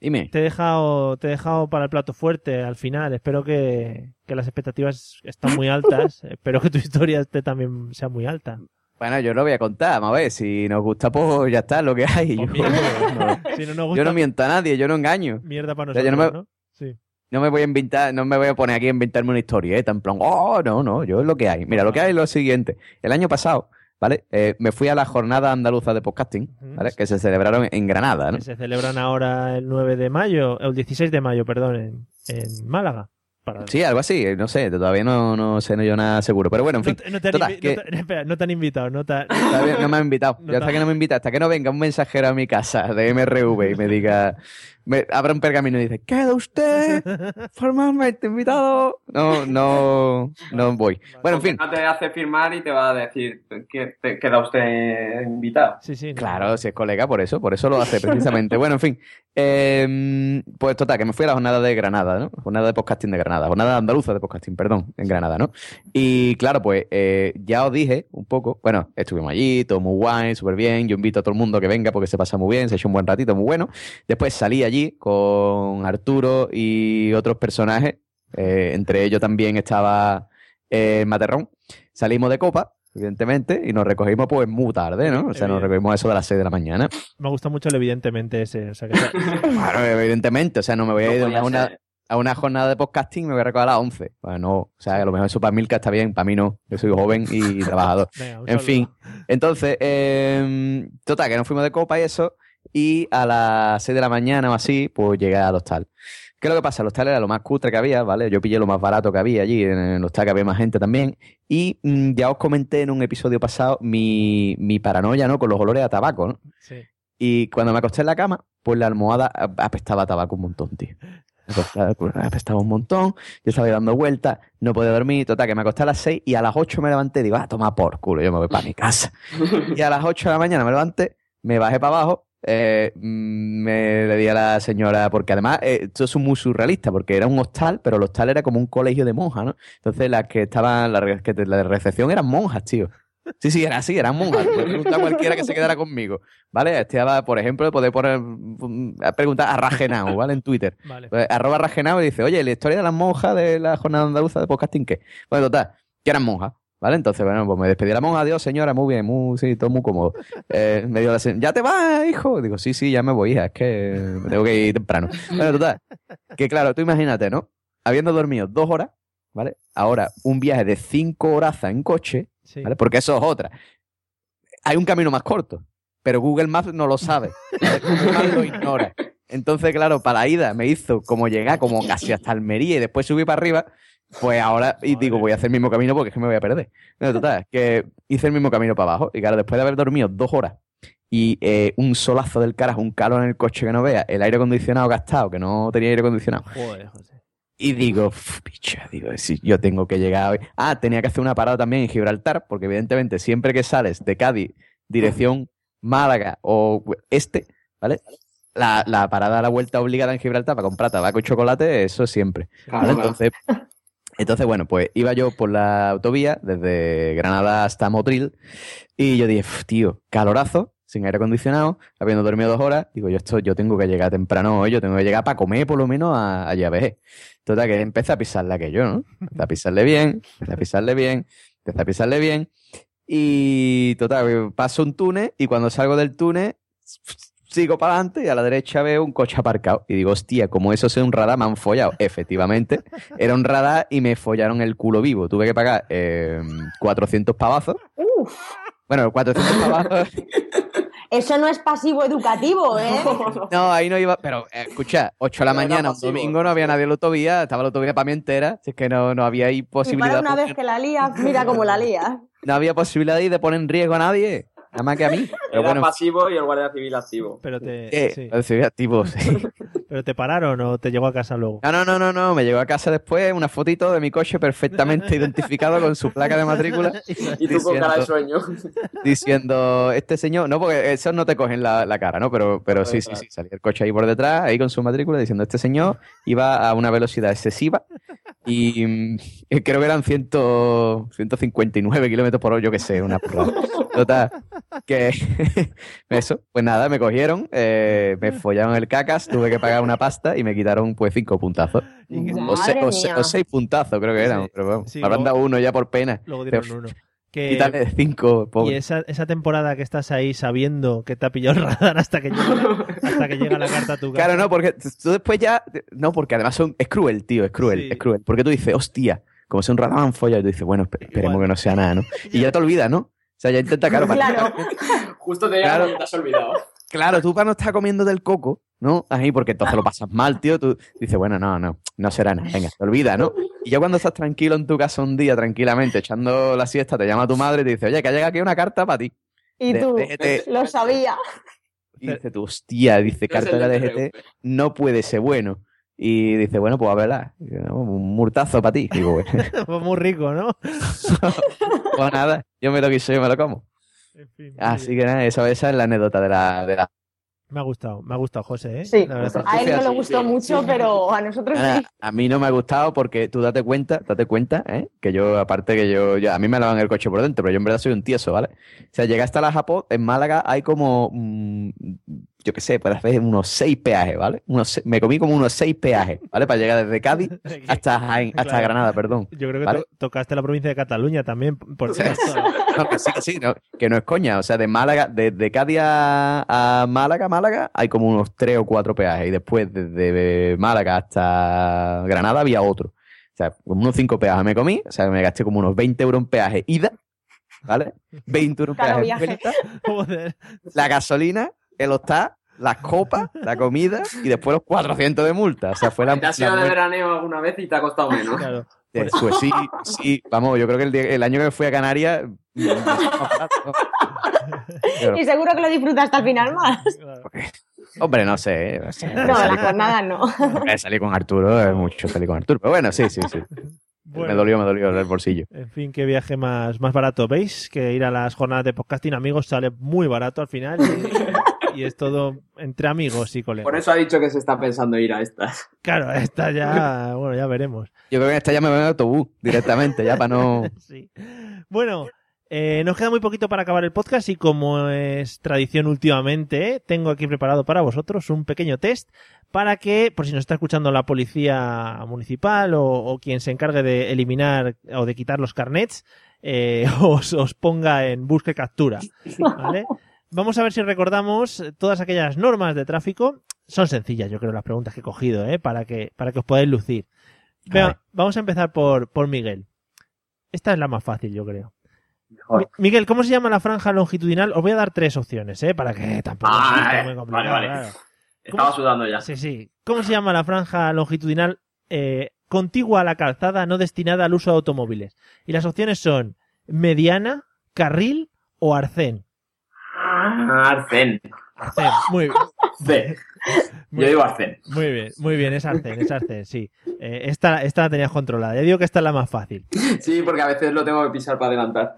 S3: Dime.
S1: te he, dejado, te he dejado para el plato fuerte al final. Espero que, que las expectativas están muy altas. Espero que tu historia esté también sea muy alta.
S3: Bueno, yo lo voy a contar, vamos a ver, si nos gusta, pues ya está, lo que hay. Yo,
S1: Pues mierda, si no nos
S3: yo
S1: gusta,
S3: no miento a nadie, yo no engaño.
S1: mierda para
S3: O sea,
S1: nosotros,
S3: yo no me-
S1: ¿no? Sí.
S3: No me voy a inventar, no me voy a poner aquí a inventarme una historia, ¿eh? Tan plan, oh, no, no, yo es lo que hay. Mira, lo que hay es lo siguiente. El año pasado, ¿vale? Eh, me fui a la jornada andaluza de podcasting,
S1: Ujú.
S3: ¿vale? Que se celebraron en Granada, ¿no?
S1: Que se celebran ahora el 9 de mayo, el 16 de mayo, perdón, en, en Málaga. Para...
S3: Sí, algo así, eh, no sé, todavía no, no sé no yo nada seguro. Pero bueno,
S1: No
S3: en fin.
S1: te- no te han
S3: total,
S1: invi-
S3: que
S1: no te- espera, no te han invitado, no te han-
S3: todavía no me han invitado.
S1: No
S3: Yo hasta
S1: te-
S3: que no me invita, hasta que no venga un mensajero a mi casa de MRV y me diga, me abra un pergamino y dice, ¿queda usted formalmente invitado? No, no, no voy. Bueno, en fin.
S4: No te hace firmar y te va a decir que te queda usted invitado.
S1: Sí, sí. no.
S3: Claro, si es colega, por eso, por eso lo hace precisamente. Bueno, en fin. Eh, pues total, que me fui a la jornada de Granada, ¿no? Jornada de podcasting de Granada, jornada andaluza de podcasting, perdón, en Granada, ¿no? Y claro, pues eh, ya os dije un poco, bueno, estuvimos allí, todo muy guay, súper bien, yo invito a todo el mundo que venga porque se pasa muy bien, se echa un buen ratito, muy bueno. Después salí allí con Arturo y otros personajes, eh, entre ellos también estaba eh, Materrón. Salimos de copa, evidentemente, y nos recogimos pues muy tarde, ¿no? O sea, nos
S1: Evidente.
S3: recogimos a eso de las 6 de la mañana.
S1: Me gusta mucho el evidentemente ese. O sea, que sea-
S3: Claro, evidentemente, o sea, no me voy a
S4: No
S3: ir de
S4: podía
S3: una, una-
S4: ser.
S3: a una jornada de podcasting y me voy a recoger a las 11. Bueno, no, o sea, a lo mejor eso para Milka está bien, para mí no, yo soy joven y trabajador.
S1: venga, un
S3: En
S1: saludo.
S3: fin, entonces, eh, total, que nos fuimos de copa y eso, y a las 6 de la mañana o así, pues llegué al hostal. ¿Qué es lo que pasa? El hostal era lo más cutre que había, ¿vale? Yo pillé lo más barato que había allí, en el hostal que había más gente también, y mm, ya os comenté en un episodio pasado mi, mi paranoia, ¿no? Con los olores a tabaco, ¿no?
S1: Sí.
S3: Y cuando me acosté en la cama, pues la almohada ap- apestaba a tabaco un montón, tío. Apestaba- Apestaba un montón, yo estaba ahí dando vueltas, no podía dormir, total, que me acosté a las 6 y a las 8 me levanté y digo, ah, toma por culo, yo me voy para mi casa. y a las 8 de la mañana me levanté, me bajé para abajo, eh, mm, me le di a la señora, porque además eh, esto es muy surrealista, porque era un hostal, pero el hostal era como un colegio de monjas, ¿no? Entonces las que estaban, las re- que te- la de recepción eran monjas, tío. Sí, sí, era así, eran monjas. Le preguntaba a cualquiera que se quedara conmigo. ¿Vale? Estaba, por ejemplo, podéis poner, mm, a preguntar a Ragenao, ¿vale? En Twitter.
S1: Vale.
S3: Pues, arroba Ragenao y dice, oye, la historia de las monjas de la jornada andaluza de podcasting, ¿qué? Bueno, total, que eran monjas, ¿vale? Entonces, bueno, pues me despedí de la monja, adiós, señora, muy bien, muy, sí, todo muy cómodo. Eh, me dio la se- ya te vas, hijo. Digo, sí, sí, ya me voy, hija, es que me tengo que ir temprano. Bueno, total, que claro, tú imagínate, ¿no? Habiendo dormido dos horas, ¿vale? Ahora, un viaje de cinco horas en coche,
S1: Sí.
S3: ¿vale? Porque eso es otra. Hay un camino más corto, pero Google Maps no lo sabe. Google Maps lo ignora. Entonces, claro, para la ida me hizo como llegar como casi hasta Almería y después subí para arriba. Pues ahora, y
S1: Madre.
S3: digo, voy a hacer el mismo camino porque es que me voy a perder. No, total, que hice el mismo camino para abajo. Y claro, después de haber dormido dos horas y eh, un solazo del carajo, un calor en el coche que no vea, el aire acondicionado gastado, que no tenía aire acondicionado.
S1: Joder, José.
S3: Y digo, "Uf, picha, digo, si yo tengo que llegar hoy. Ah, tenía que hacer una parada también en Gibraltar, porque evidentemente siempre que sales de Cádiz, dirección Málaga o este, ¿vale? La, la parada a la vuelta obligada en Gibraltar para comprar tabaco y chocolate, eso siempre.
S4: Claro,
S3: ¿vale?
S4: claro.
S3: Entonces, entonces, bueno, pues iba yo por la autovía desde Granada hasta Motril y yo dije, "Uf, tío, calorazo, sin aire acondicionado, habiendo dormido dos horas, digo, yo esto, yo tengo que llegar temprano hoy, yo tengo que llegar para comer por lo menos a, a llave. Total, que empecé a pisarle aquello, ¿no? Empecé a pisarle bien, empecé a pisarle bien, empecé a pisarle bien. Y total, que paso un túnel y cuando salgo del túnel sigo para adelante y a la derecha veo un coche aparcado. Y digo, hostia, como eso sea un radar, me han follado. Efectivamente, era un radar y me follaron el culo vivo. Tuve que pagar eh, 400 pavazos.
S2: Uf,
S3: Bueno, 400 pavazos.
S2: eso no es pasivo educativo, ¿eh?
S3: No, ahí no iba. Pero, eh, escucha, 8 de la
S4: Pero era
S3: mañana, un
S4: pasivo.
S3: domingo, no había nadie en la autovía. Estaba la autovía para mí entera. Así que no, no había ahí
S2: Y para
S3: posibilidad.
S2: una
S3: por-
S2: vez que la lías, mira cómo la lías.
S3: No había posibilidad ahí de poner en riesgo a nadie. Nada más que a mí.
S4: Era
S3: Pero bueno,
S4: pasivo y el guardia civil activo.
S1: Pero te,
S3: eh,
S1: sí.
S3: sí, activo, sí.
S1: Pero te pararon o te llegó a casa luego.
S3: No, no, no, no, no. Me llegó a casa después una fotito de mi coche perfectamente identificado con su placa de matrícula.
S4: Y tú con cara de
S3: diciendo-
S4: sueño.
S3: diciendo, este señor, no, porque esos no te cogen la, la cara, ¿no? Pero, pero sí, sí, sí, salía el coche ahí por detrás, ahí con su matrícula, diciendo, este señor iba a una velocidad excesiva y mm, creo que eran 100, 159 kilómetros por hora, yo qué sé, una porra. Total, que eso, pues nada, me cogieron, eh, me follaron el cacas, tuve que pagar una pasta y me quitaron pues cinco puntazos.
S1: Y que-
S3: O, se-
S2: Madre
S3: o se-
S2: mía.
S3: o seis puntazos creo que eran,
S1: Sí,
S3: pero vamos,
S1: sí,
S3: me habrán
S1: luego-
S3: dado uno ya por pena.
S1: Luego dieron
S3: Pero-
S1: uno. Que,
S3: Quítale cinco,
S1: y
S3: pobre.
S1: esa, esa temporada que estás ahí sabiendo que te ha pillado el radar hasta que llega, hasta que llega la carta a tu casa.
S3: Claro, no, porque t- tú después ya. No, porque además son, es cruel, tío, es cruel,
S1: Sí.
S3: es cruel. Porque tú dices, hostia, como sea un radar folla, y tú dices, bueno, esp- esperemos
S1: Igual.
S3: que no sea nada, ¿no? Y ya te olvidas, ¿no? O sea, ya intenta, claro, para-
S2: Claro.
S4: Justo te llega
S3: Claro.
S4: cuando te has olvidado.
S3: claro, tú para no estar comiéndote el coco, ¿no? Ahí, porque entonces lo pasas mal, tío. Tú dices, bueno, no, no, no será nada. Venga, te olvida, ¿no? Y ya cuando estás tranquilo en tu casa un día, tranquilamente, echando la siesta, te llama tu madre y te dice, oye, que ha llegado aquí una carta para ti.
S2: Y
S3: De-
S2: tú,
S3: de- de-
S2: lo sabía.
S3: Y dice, tú, hostia, dice,
S4: No es
S3: carta de la
S4: el de
S3: DGT, no puede ser bueno. Y dice, bueno, pues a verla. Y yo, "No, Un murtazo para ti. Digo, bueno,
S1: Fue muy rico, ¿no?
S3: pues nada, yo me lo quise, me lo como.
S1: En fin, muy
S3: Así
S1: bien.
S3: que nada, eso, esa es la anécdota de la, de la
S1: Me ha gustado, me ha gustado, José, ¿eh?
S2: Sí.
S1: La verdad es que-
S2: A él no le
S4: Sí,
S2: gustó
S4: sí.
S2: mucho, pero a nosotros
S3: Nada,
S2: sí.
S3: a mí no me ha gustado porque tú date cuenta, date cuenta, ¿eh? que yo, aparte que yo, yo- a mí me lavan el coche por dentro, pero yo en verdad soy un tieso, ¿vale? O sea, llegué hasta la Japón, en Málaga hay como, mm, yo qué sé, para hacer unos seis peajes, ¿vale? Unos se- me comí como unos seis peajes, ¿vale? Para llegar desde Cádiz hasta Jaén, hasta
S1: Claro.
S3: Granada, perdón.
S1: Yo creo que
S3: Vale.
S1: to- tocaste la provincia de Cataluña también, por si acaso.
S3: No, que sí, que sí, no, que no es coña, o sea, de Málaga, desde Cádiz a, a Málaga, Málaga, hay como unos tres o cuatro peajes, y después desde Málaga hasta Granada había otro. O sea, como unos cinco peajes me comí, o sea, me gasté como unos 20 euros en peaje ida, ¿vale? 20 euros en
S2: Claro,
S3: peaje
S2: viaje.
S3: vuelta,
S1: Joder.
S3: la gasolina, el hostal, las copas, la comida, y después los 400 de multa, o sea, fue la...
S4: ¿Te has
S3: la
S4: ido de
S3: muerte.
S4: veraneo alguna vez y te ha costado menos?
S1: Claro.
S3: Eh, Pues sí, sí, vamos, yo creo que el, día- el año que fui a Canarias... Pero-
S2: Y seguro que lo disfruta hasta el final más.
S1: claro.
S3: Hombre, no sé. eh, no sé,
S2: No,
S3: salí,
S2: la
S3: con,
S2: jornada no.
S3: eh, salí con Arturo, es mucho salí con Arturo. Pero bueno, sí, sí, sí. Me
S1: Bueno,
S3: dolió, me dolió el bolsillo.
S1: En fin, qué viaje más, más barato. ¿Veis? Que ir a las jornadas de podcasting, amigos, sale muy barato al final. Y, y es todo entre amigos y colegas.
S4: Por eso ha dicho que se está pensando ir a estas.
S1: Claro, esta ya, bueno, ya veremos.
S3: Yo creo que en esta ya me voy en autobús directamente, ya para no.
S1: Sí. Bueno, eh, nos queda muy poquito para acabar el podcast y como es tradición últimamente, eh, tengo aquí preparado para vosotros un pequeño test para que, por si nos está escuchando la policía municipal o, o quien se encargue de eliminar o de quitar los carnets, eh, os, os ponga en busca y captura. ¿vale? Vamos a ver si recordamos todas aquellas normas de tráfico. Son sencillas, yo creo, las preguntas que he cogido, ¿eh? para, que, para que os podáis lucir. Venga,
S3: A ver.
S1: vamos a empezar por, por Miguel. Esta es la más fácil, yo creo. Mi- Miguel, ¿cómo se llama la franja longitudinal? Os voy a dar tres opciones, ¿eh? Para que tampoco
S4: Ah,
S1: sea
S4: eh.
S1: muy
S4: Vale,
S1: complicado,
S4: vale.
S1: claro.
S4: Estaba sudando ya.
S1: Sí, sí. ¿Cómo se llama la franja longitudinal eh, contigua a la calzada no destinada al uso de automóviles? Y las opciones son mediana, carril o arcén.
S4: Ah, Arcén.
S1: Arcén, muy,
S4: C.
S1: muy,
S4: Yo digo Arcén.
S1: muy bien, muy bien, es arcén, es arcén, sí. Eh, esta, esta la tenías controlada. Ya digo que esta es la más fácil.
S4: Sí, porque a veces lo tengo que pisar para adelantar.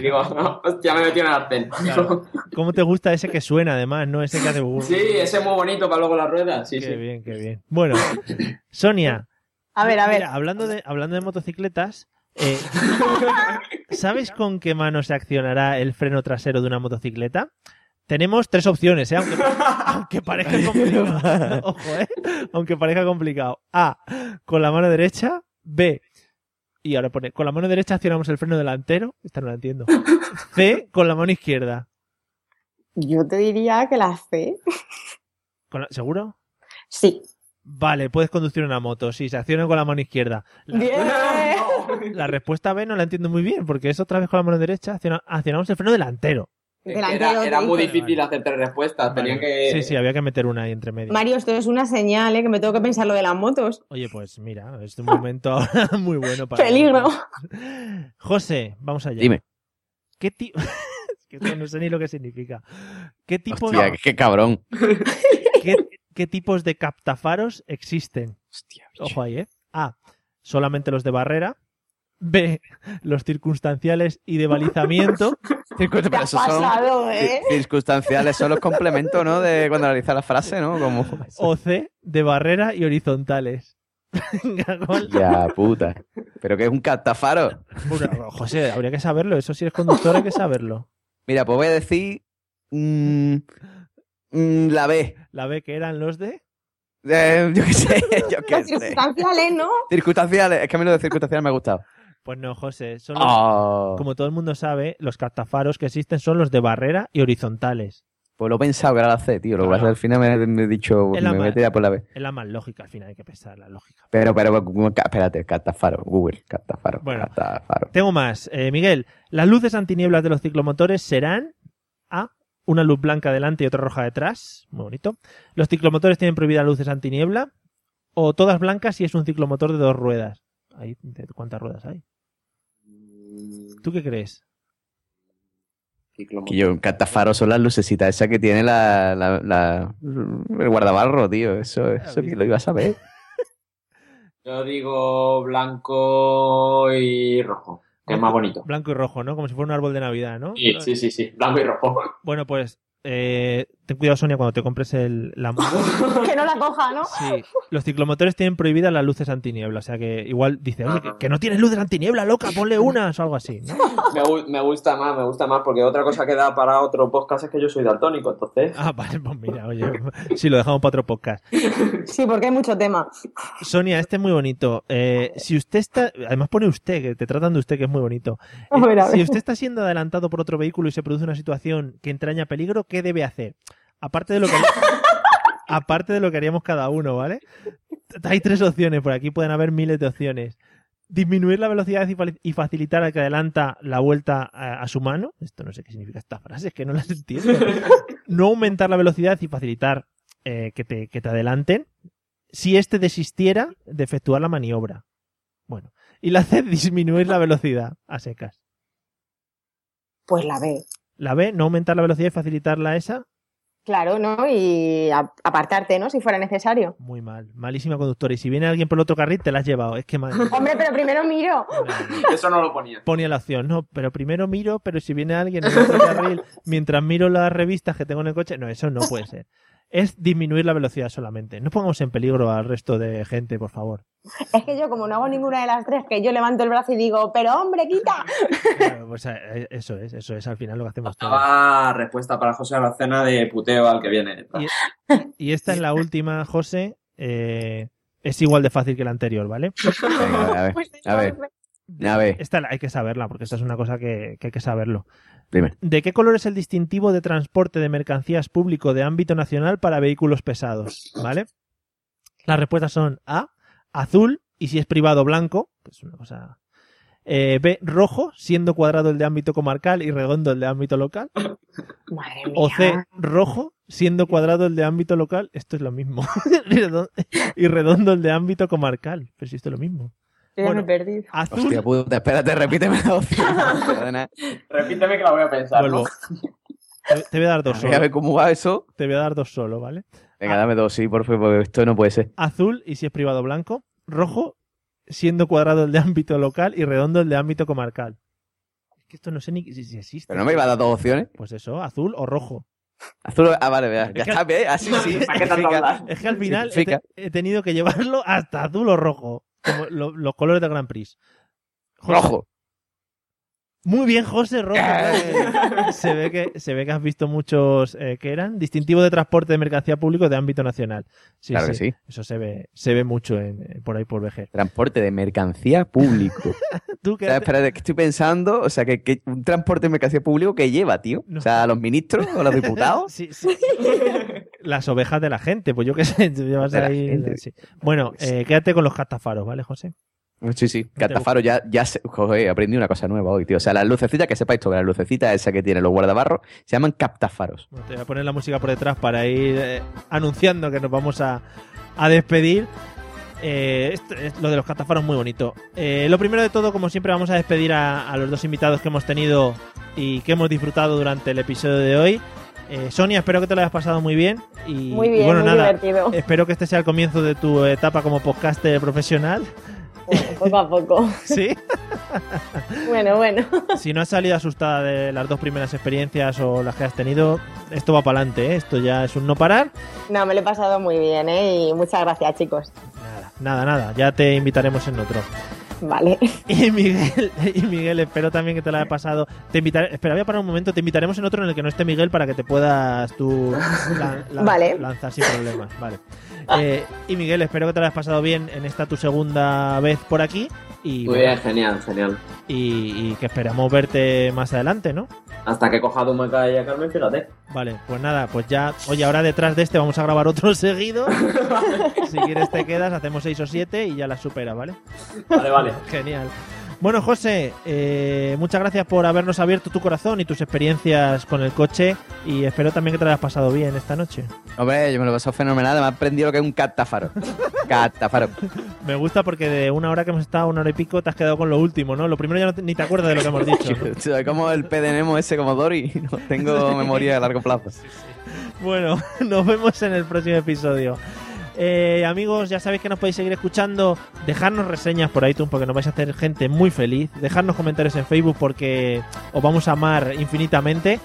S4: Y digo, hostia, me he metido en Arcén.
S1: Claro. ¿Cómo te gusta ese que suena además, no ese que hace... bu-
S4: Sí, ese es muy bonito para luego las ruedas. Sí,
S1: qué
S4: sí.
S1: bien, qué bien. Bueno, Sonia.
S2: A ver, a ver.
S1: mira, hablando, de, hablando de motocicletas, eh, ¿sabes con qué mano se accionará el freno trasero de una motocicleta? Tenemos tres opciones, ¿eh? aunque, aunque parezca complicado. Ojo, ¿eh? Aunque parezca complicado. A, con la mano derecha. B, y ahora pone, con la mano derecha accionamos el freno delantero. Esta no la entiendo. C, con la mano izquierda.
S2: Yo te diría que la C.
S1: Con la- ¿Seguro?
S2: Sí.
S1: Vale, puedes conducir una moto. Sí, se acciona con la mano izquierda. La-
S2: Bien.
S4: Eh.
S1: La respuesta B no la entiendo muy bien, porque es otra vez con la mano derecha, acciona- accionamos el freno delantero.
S2: Delantero,
S4: Era, era muy
S2: dice.
S4: difícil hacer tres respuestas. Tenían
S1: Vale.
S4: Ah, que.
S1: Sí, sí, había que meter una ahí entre medio.
S2: Mario, esto es una señal, ¿eh? Que me tengo que pensar lo de las motos.
S1: Oye, pues mira, es un momento ahora muy bueno para...
S2: Peligro.
S1: José, vamos allá.
S3: Dime.
S1: ¿Qué tipo... es que esto no sé ni lo que significa. ¿Qué, tipo
S3: Hostia, qué, qué cabrón.
S1: qué, qué tipos de captafaros existen?
S3: Hostia, bicho.
S1: Ojo ahí, ¿eh? A. Solamente los de barrera. B. Los circunstanciales y de balizamiento.
S3: Circun-
S2: Te
S3: pero
S2: has
S3: esos son
S2: pasado, ¿eh?
S3: ci- circunstanciales, son los complementos, ¿no? De cuando analizas la frase, ¿no? Como.
S1: O C. De barrera y horizontales. Venga, gol.
S3: Ya, puta. Pero que es un catafaro.
S1: Bueno, José, habría que saberlo. Eso si eres conductor hay que saberlo.
S3: Mira, pues voy a decir. mm, mm, la B.
S1: La B que eran los de...
S3: Eh, yo qué sé, yo qué
S2: Las
S3: sé.
S2: circunstanciales, ¿no?
S3: Circunstanciales, es que a mí lo de circunstanciales me ha gustado.
S1: Pues no, José. Son los-
S3: Oh,
S1: Como todo el mundo sabe, los captafaros que existen son los de barrera y horizontales.
S3: Pues lo he pensado que era la C, tío. Lo que
S1: Claro.
S3: pasa es que al final me, me he dicho,
S1: Es la
S3: me voy
S1: madre.
S3: a tirar por la B.
S1: Es la más lógica, al final hay que pensar la lógica.
S3: Pero, pero, como ca- espérate, catafaro, Google, catafaro,
S1: Bueno.
S3: catafaro.
S1: Tengo más. Eh, Miguel, las luces antinieblas de los ciclomotores serán A. una luz blanca delante y otra roja detrás. Muy bonito. Los ciclomotores tienen prohibidas luces antiniebla. O todas blancas si es un ciclomotor de dos ruedas. Ahí, ¿Cuántas ruedas hay? ¿Tú qué crees?
S3: Que yo, un catafaro son las lucecitas esa que tiene la, la- la- el guardabarro, tío. Eso, eso que lo iba a saber.
S4: Yo digo blanco y rojo, que es más bonito.
S1: Blanco y rojo, ¿no? Como si fuera un árbol de Navidad, ¿no?
S4: Sí, sí, sí, sí, blanco y rojo.
S1: Bueno, pues eh, ten cuidado, Sonia, cuando te compres el, la moto.
S2: Que no la coja, ¿no?
S1: Sí, los ciclomotores tienen prohibidas las luces antiniebla, o sea que igual dice, "Oye, que, que no tienes luces antiniebla, loca, ponle unas o algo así, ¿no?
S4: Me, gu- me gusta más, me gusta más, porque otra cosa que da para otro podcast es que yo soy daltónico, entonces.
S1: Ah, vale, pues mira, oye, si lo dejamos para otro podcast.
S2: Sí, porque hay mucho tema.
S1: Sonia, este es muy bonito. Eh, si usted está, además pone usted, que te tratan de usted, que es muy bonito. Eh,
S2: A ver, a ver.
S1: si usted está siendo adelantado por otro vehículo y se produce una situación que entraña peligro, ¿qué debe hacer? Aparte de lo que aparte de lo que haríamos cada uno, ¿vale? Hay tres opciones, por aquí pueden haber miles de opciones. Disminuir la velocidad y fa- y facilitar al que adelanta la vuelta a, a su mano. Esto no sé qué significa esta frase, es que no las entiendo. No aumentar la velocidad y facilitar eh, que, te, que te adelanten. Si éste desistiera de efectuar la maniobra. Bueno. Y la C, disminuir la velocidad a secas.
S2: Pues la ve.
S1: La B, no aumentar la velocidad y facilitarla esa.
S2: Claro, ¿no? Y a- apartarte, ¿no? Si fuera necesario.
S1: Muy mal. Malísima conductora. Y si viene alguien por el otro carril, te la has llevado. Es que mal.
S2: Hombre, pero primero miro.
S1: Ah,
S4: Eso no lo ponía.
S1: ponía la opción, no, pero primero miro, pero si viene alguien en el otro carril, mientras miro las revistas que tengo en el coche, no, eso no puede ser. Es disminuir la velocidad solamente. No pongamos en peligro al resto de gente, por favor.
S2: Es que yo, como no hago ninguna de las tres, que yo levanto el brazo y digo, pero hombre, quita.
S1: Claro, pues, eh, eso es, eso es al final lo que hacemos todos.
S4: Estaba respuesta para José Aracena de puteo al que viene.
S1: Y- Y esta es la última, José. eh, es igual de fácil que la anterior, ¿vale?
S3: Venga, a ver,
S2: Pues
S3: a ver, a ver.
S1: Esta la- hay que saberla, porque esta es una cosa que- que hay que saberlo.
S3: Dime.
S1: ¿De qué color es el distintivo de transporte de mercancías público de ámbito nacional para vehículos pesados? ¿Vale? Las respuestas son A, azul, y si es privado, blanco, que es una cosa. eh, B, rojo, siendo cuadrado el de ámbito comarcal y redondo el de ámbito local.
S2: Madre mía.
S1: O C, rojo, siendo cuadrado el de ámbito local. Esto es lo mismo. y redon- y redondo el de ámbito comarcal. Pero si esto es lo mismo.
S2: Ya me
S1: bueno.
S2: he perdido.
S1: Azul,
S3: Hostia puta, espérate, repíteme la opción. Perdona.
S4: Repíteme que la voy a pensar. ¿no?
S1: vuelvo. Te- Te voy a dar dos Ah.
S3: A
S1: solo.
S3: ver cómo va eso.
S1: Te voy a dar dos solo, ¿vale?
S3: Venga, dame dos, sí, por favor, porque esto no puede ser.
S1: azul y si es privado blanco, rojo siendo cuadrado el de ámbito local y redondo el de ámbito comarcal. Es que esto no sé ni si, si existe.
S3: Pero no me iba a dar dos opciones.
S1: Pues eso, azul o rojo.
S3: Azul, ah, vale, ya, ya está, ¿ves? Así sí.
S4: ¿Para qué tanto
S3: Venga.
S4: hablar?
S1: Es que al final he,
S3: Significa.
S1: te- he tenido que llevarlo hasta azul o rojo, como lo- los colores del Grand Prix. José-
S3: Rojo.
S1: Muy bien, José Rojo. claro. se, ve que, se ve que has visto muchos eh, que eran distintivos de transporte de mercancía público de ámbito nacional. Sí,
S3: Claro que sí.
S1: Eso se ve, se ve mucho en- eh, por ahí por vejer.
S3: Transporte de mercancía público.
S1: Tú
S3: O
S1: que
S3: sea, espérate, que estoy pensando, o sea, que, que un transporte de mercancía público que lleva, tío.
S1: No.
S3: O sea, a los ministros o a los diputados.
S1: Sí, sí. Las ovejas de la gente, pues yo qué sé, tú llevas
S3: De la
S1: ahí.
S3: gente.
S1: sí. Bueno, eh, quédate con los catafaros, ¿vale, José?
S3: Pues Sí, sí. Catafaro ya, ya se, joder, aprendí una cosa nueva hoy, tío. O sea, las lucecitas, que sepáis esto, que las lucecitas esas que tienen los guardabarros se llaman captafaros.
S1: Bueno, te voy a poner la música por detrás para ir eh, anunciando que nos vamos a, a despedir. Eh, esto es- lo de los catafaros muy bonito. Eh, lo primero de todo, como siempre, vamos a despedir a, a los dos invitados que hemos tenido y que hemos disfrutado durante el episodio de hoy. Eh, Sonia, espero que te lo hayas pasado muy bien. Y,
S2: Muy
S1: y
S2: bien,
S1: bueno,
S2: muy
S1: nada,
S2: divertido.
S1: espero que este sea el comienzo de tu etapa como podcaster profesional.
S2: Bueno, poco a poco.
S1: Sí.
S2: Bueno, bueno.
S1: Si no has salido asustada de las dos primeras experiencias o las que has tenido, esto va para adelante, ¿eh? esto ya es un no parar.
S2: No, me lo he pasado muy bien, ¿eh? Y muchas gracias, chicos.
S1: Nada, nada, nada, ya te invitaremos en otro.
S2: Vale.
S1: Y Miguel, y Miguel, espero también que te la haya pasado. Te invitaré, espera, voy a parar un momento, te invitaremos en otro en el que no esté Miguel para que te puedas tú lan- lan-
S2: Vale.
S1: lanzar sin problemas. Vale. Eh, y Miguel, espero que te la hayas pasado bien en esta tu segunda vez por aquí y,
S4: Muy bien, genial, genial.
S1: y- y que esperamos verte más adelante, ¿no?
S4: Hasta que he cojado un maca y a Carmen, fíjate.
S1: Vale, pues nada, pues ya, oye, ahora detrás de este vamos a grabar otro seguido. si quieres te quedas, hacemos seis o siete y ya la supera, ¿vale?
S4: Vale, vale.
S1: Genial. Bueno, José, eh, muchas gracias por habernos abierto tu corazón y tus experiencias con el coche y espero también que te lo hayas pasado bien esta noche.
S3: Hombre, yo me lo he pasado fenomenal. Me ha aprendido lo que es un catáfaro. catáfaro.
S1: Me gusta porque de una hora que hemos estado, una hora y pico, te has quedado con lo último, ¿no? Lo primero ya no te- ni te acuerdas de lo que hemos dicho.
S3: Soy como el PDNemo ese, como Dory. No tengo memoria a largo plazo.
S1: Bueno, nos vemos en el próximo episodio. Eh, amigos, ya sabéis que nos podéis seguir escuchando. Dejarnos reseñas por iTunes porque nos vais a hacer gente muy feliz. Dejarnos comentarios en Facebook porque os vamos a amar infinitamente.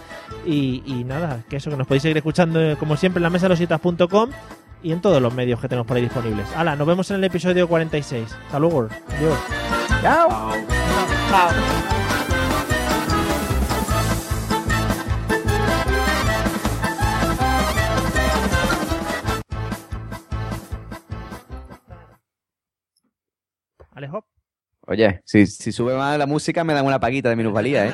S1: Y, y nada, que eso, que nos podéis seguir escuchando eh, como siempre en la mesa de lositas.com y en todos los medios que tenemos por ahí disponibles. Hala, nos vemos en el episodio 46. Hasta luego. Adiós.
S4: Chao.
S2: Chao.
S1: Alejo.
S3: Oye, si, si sube más la música, me dan una paguita de minusvalía, ¿eh?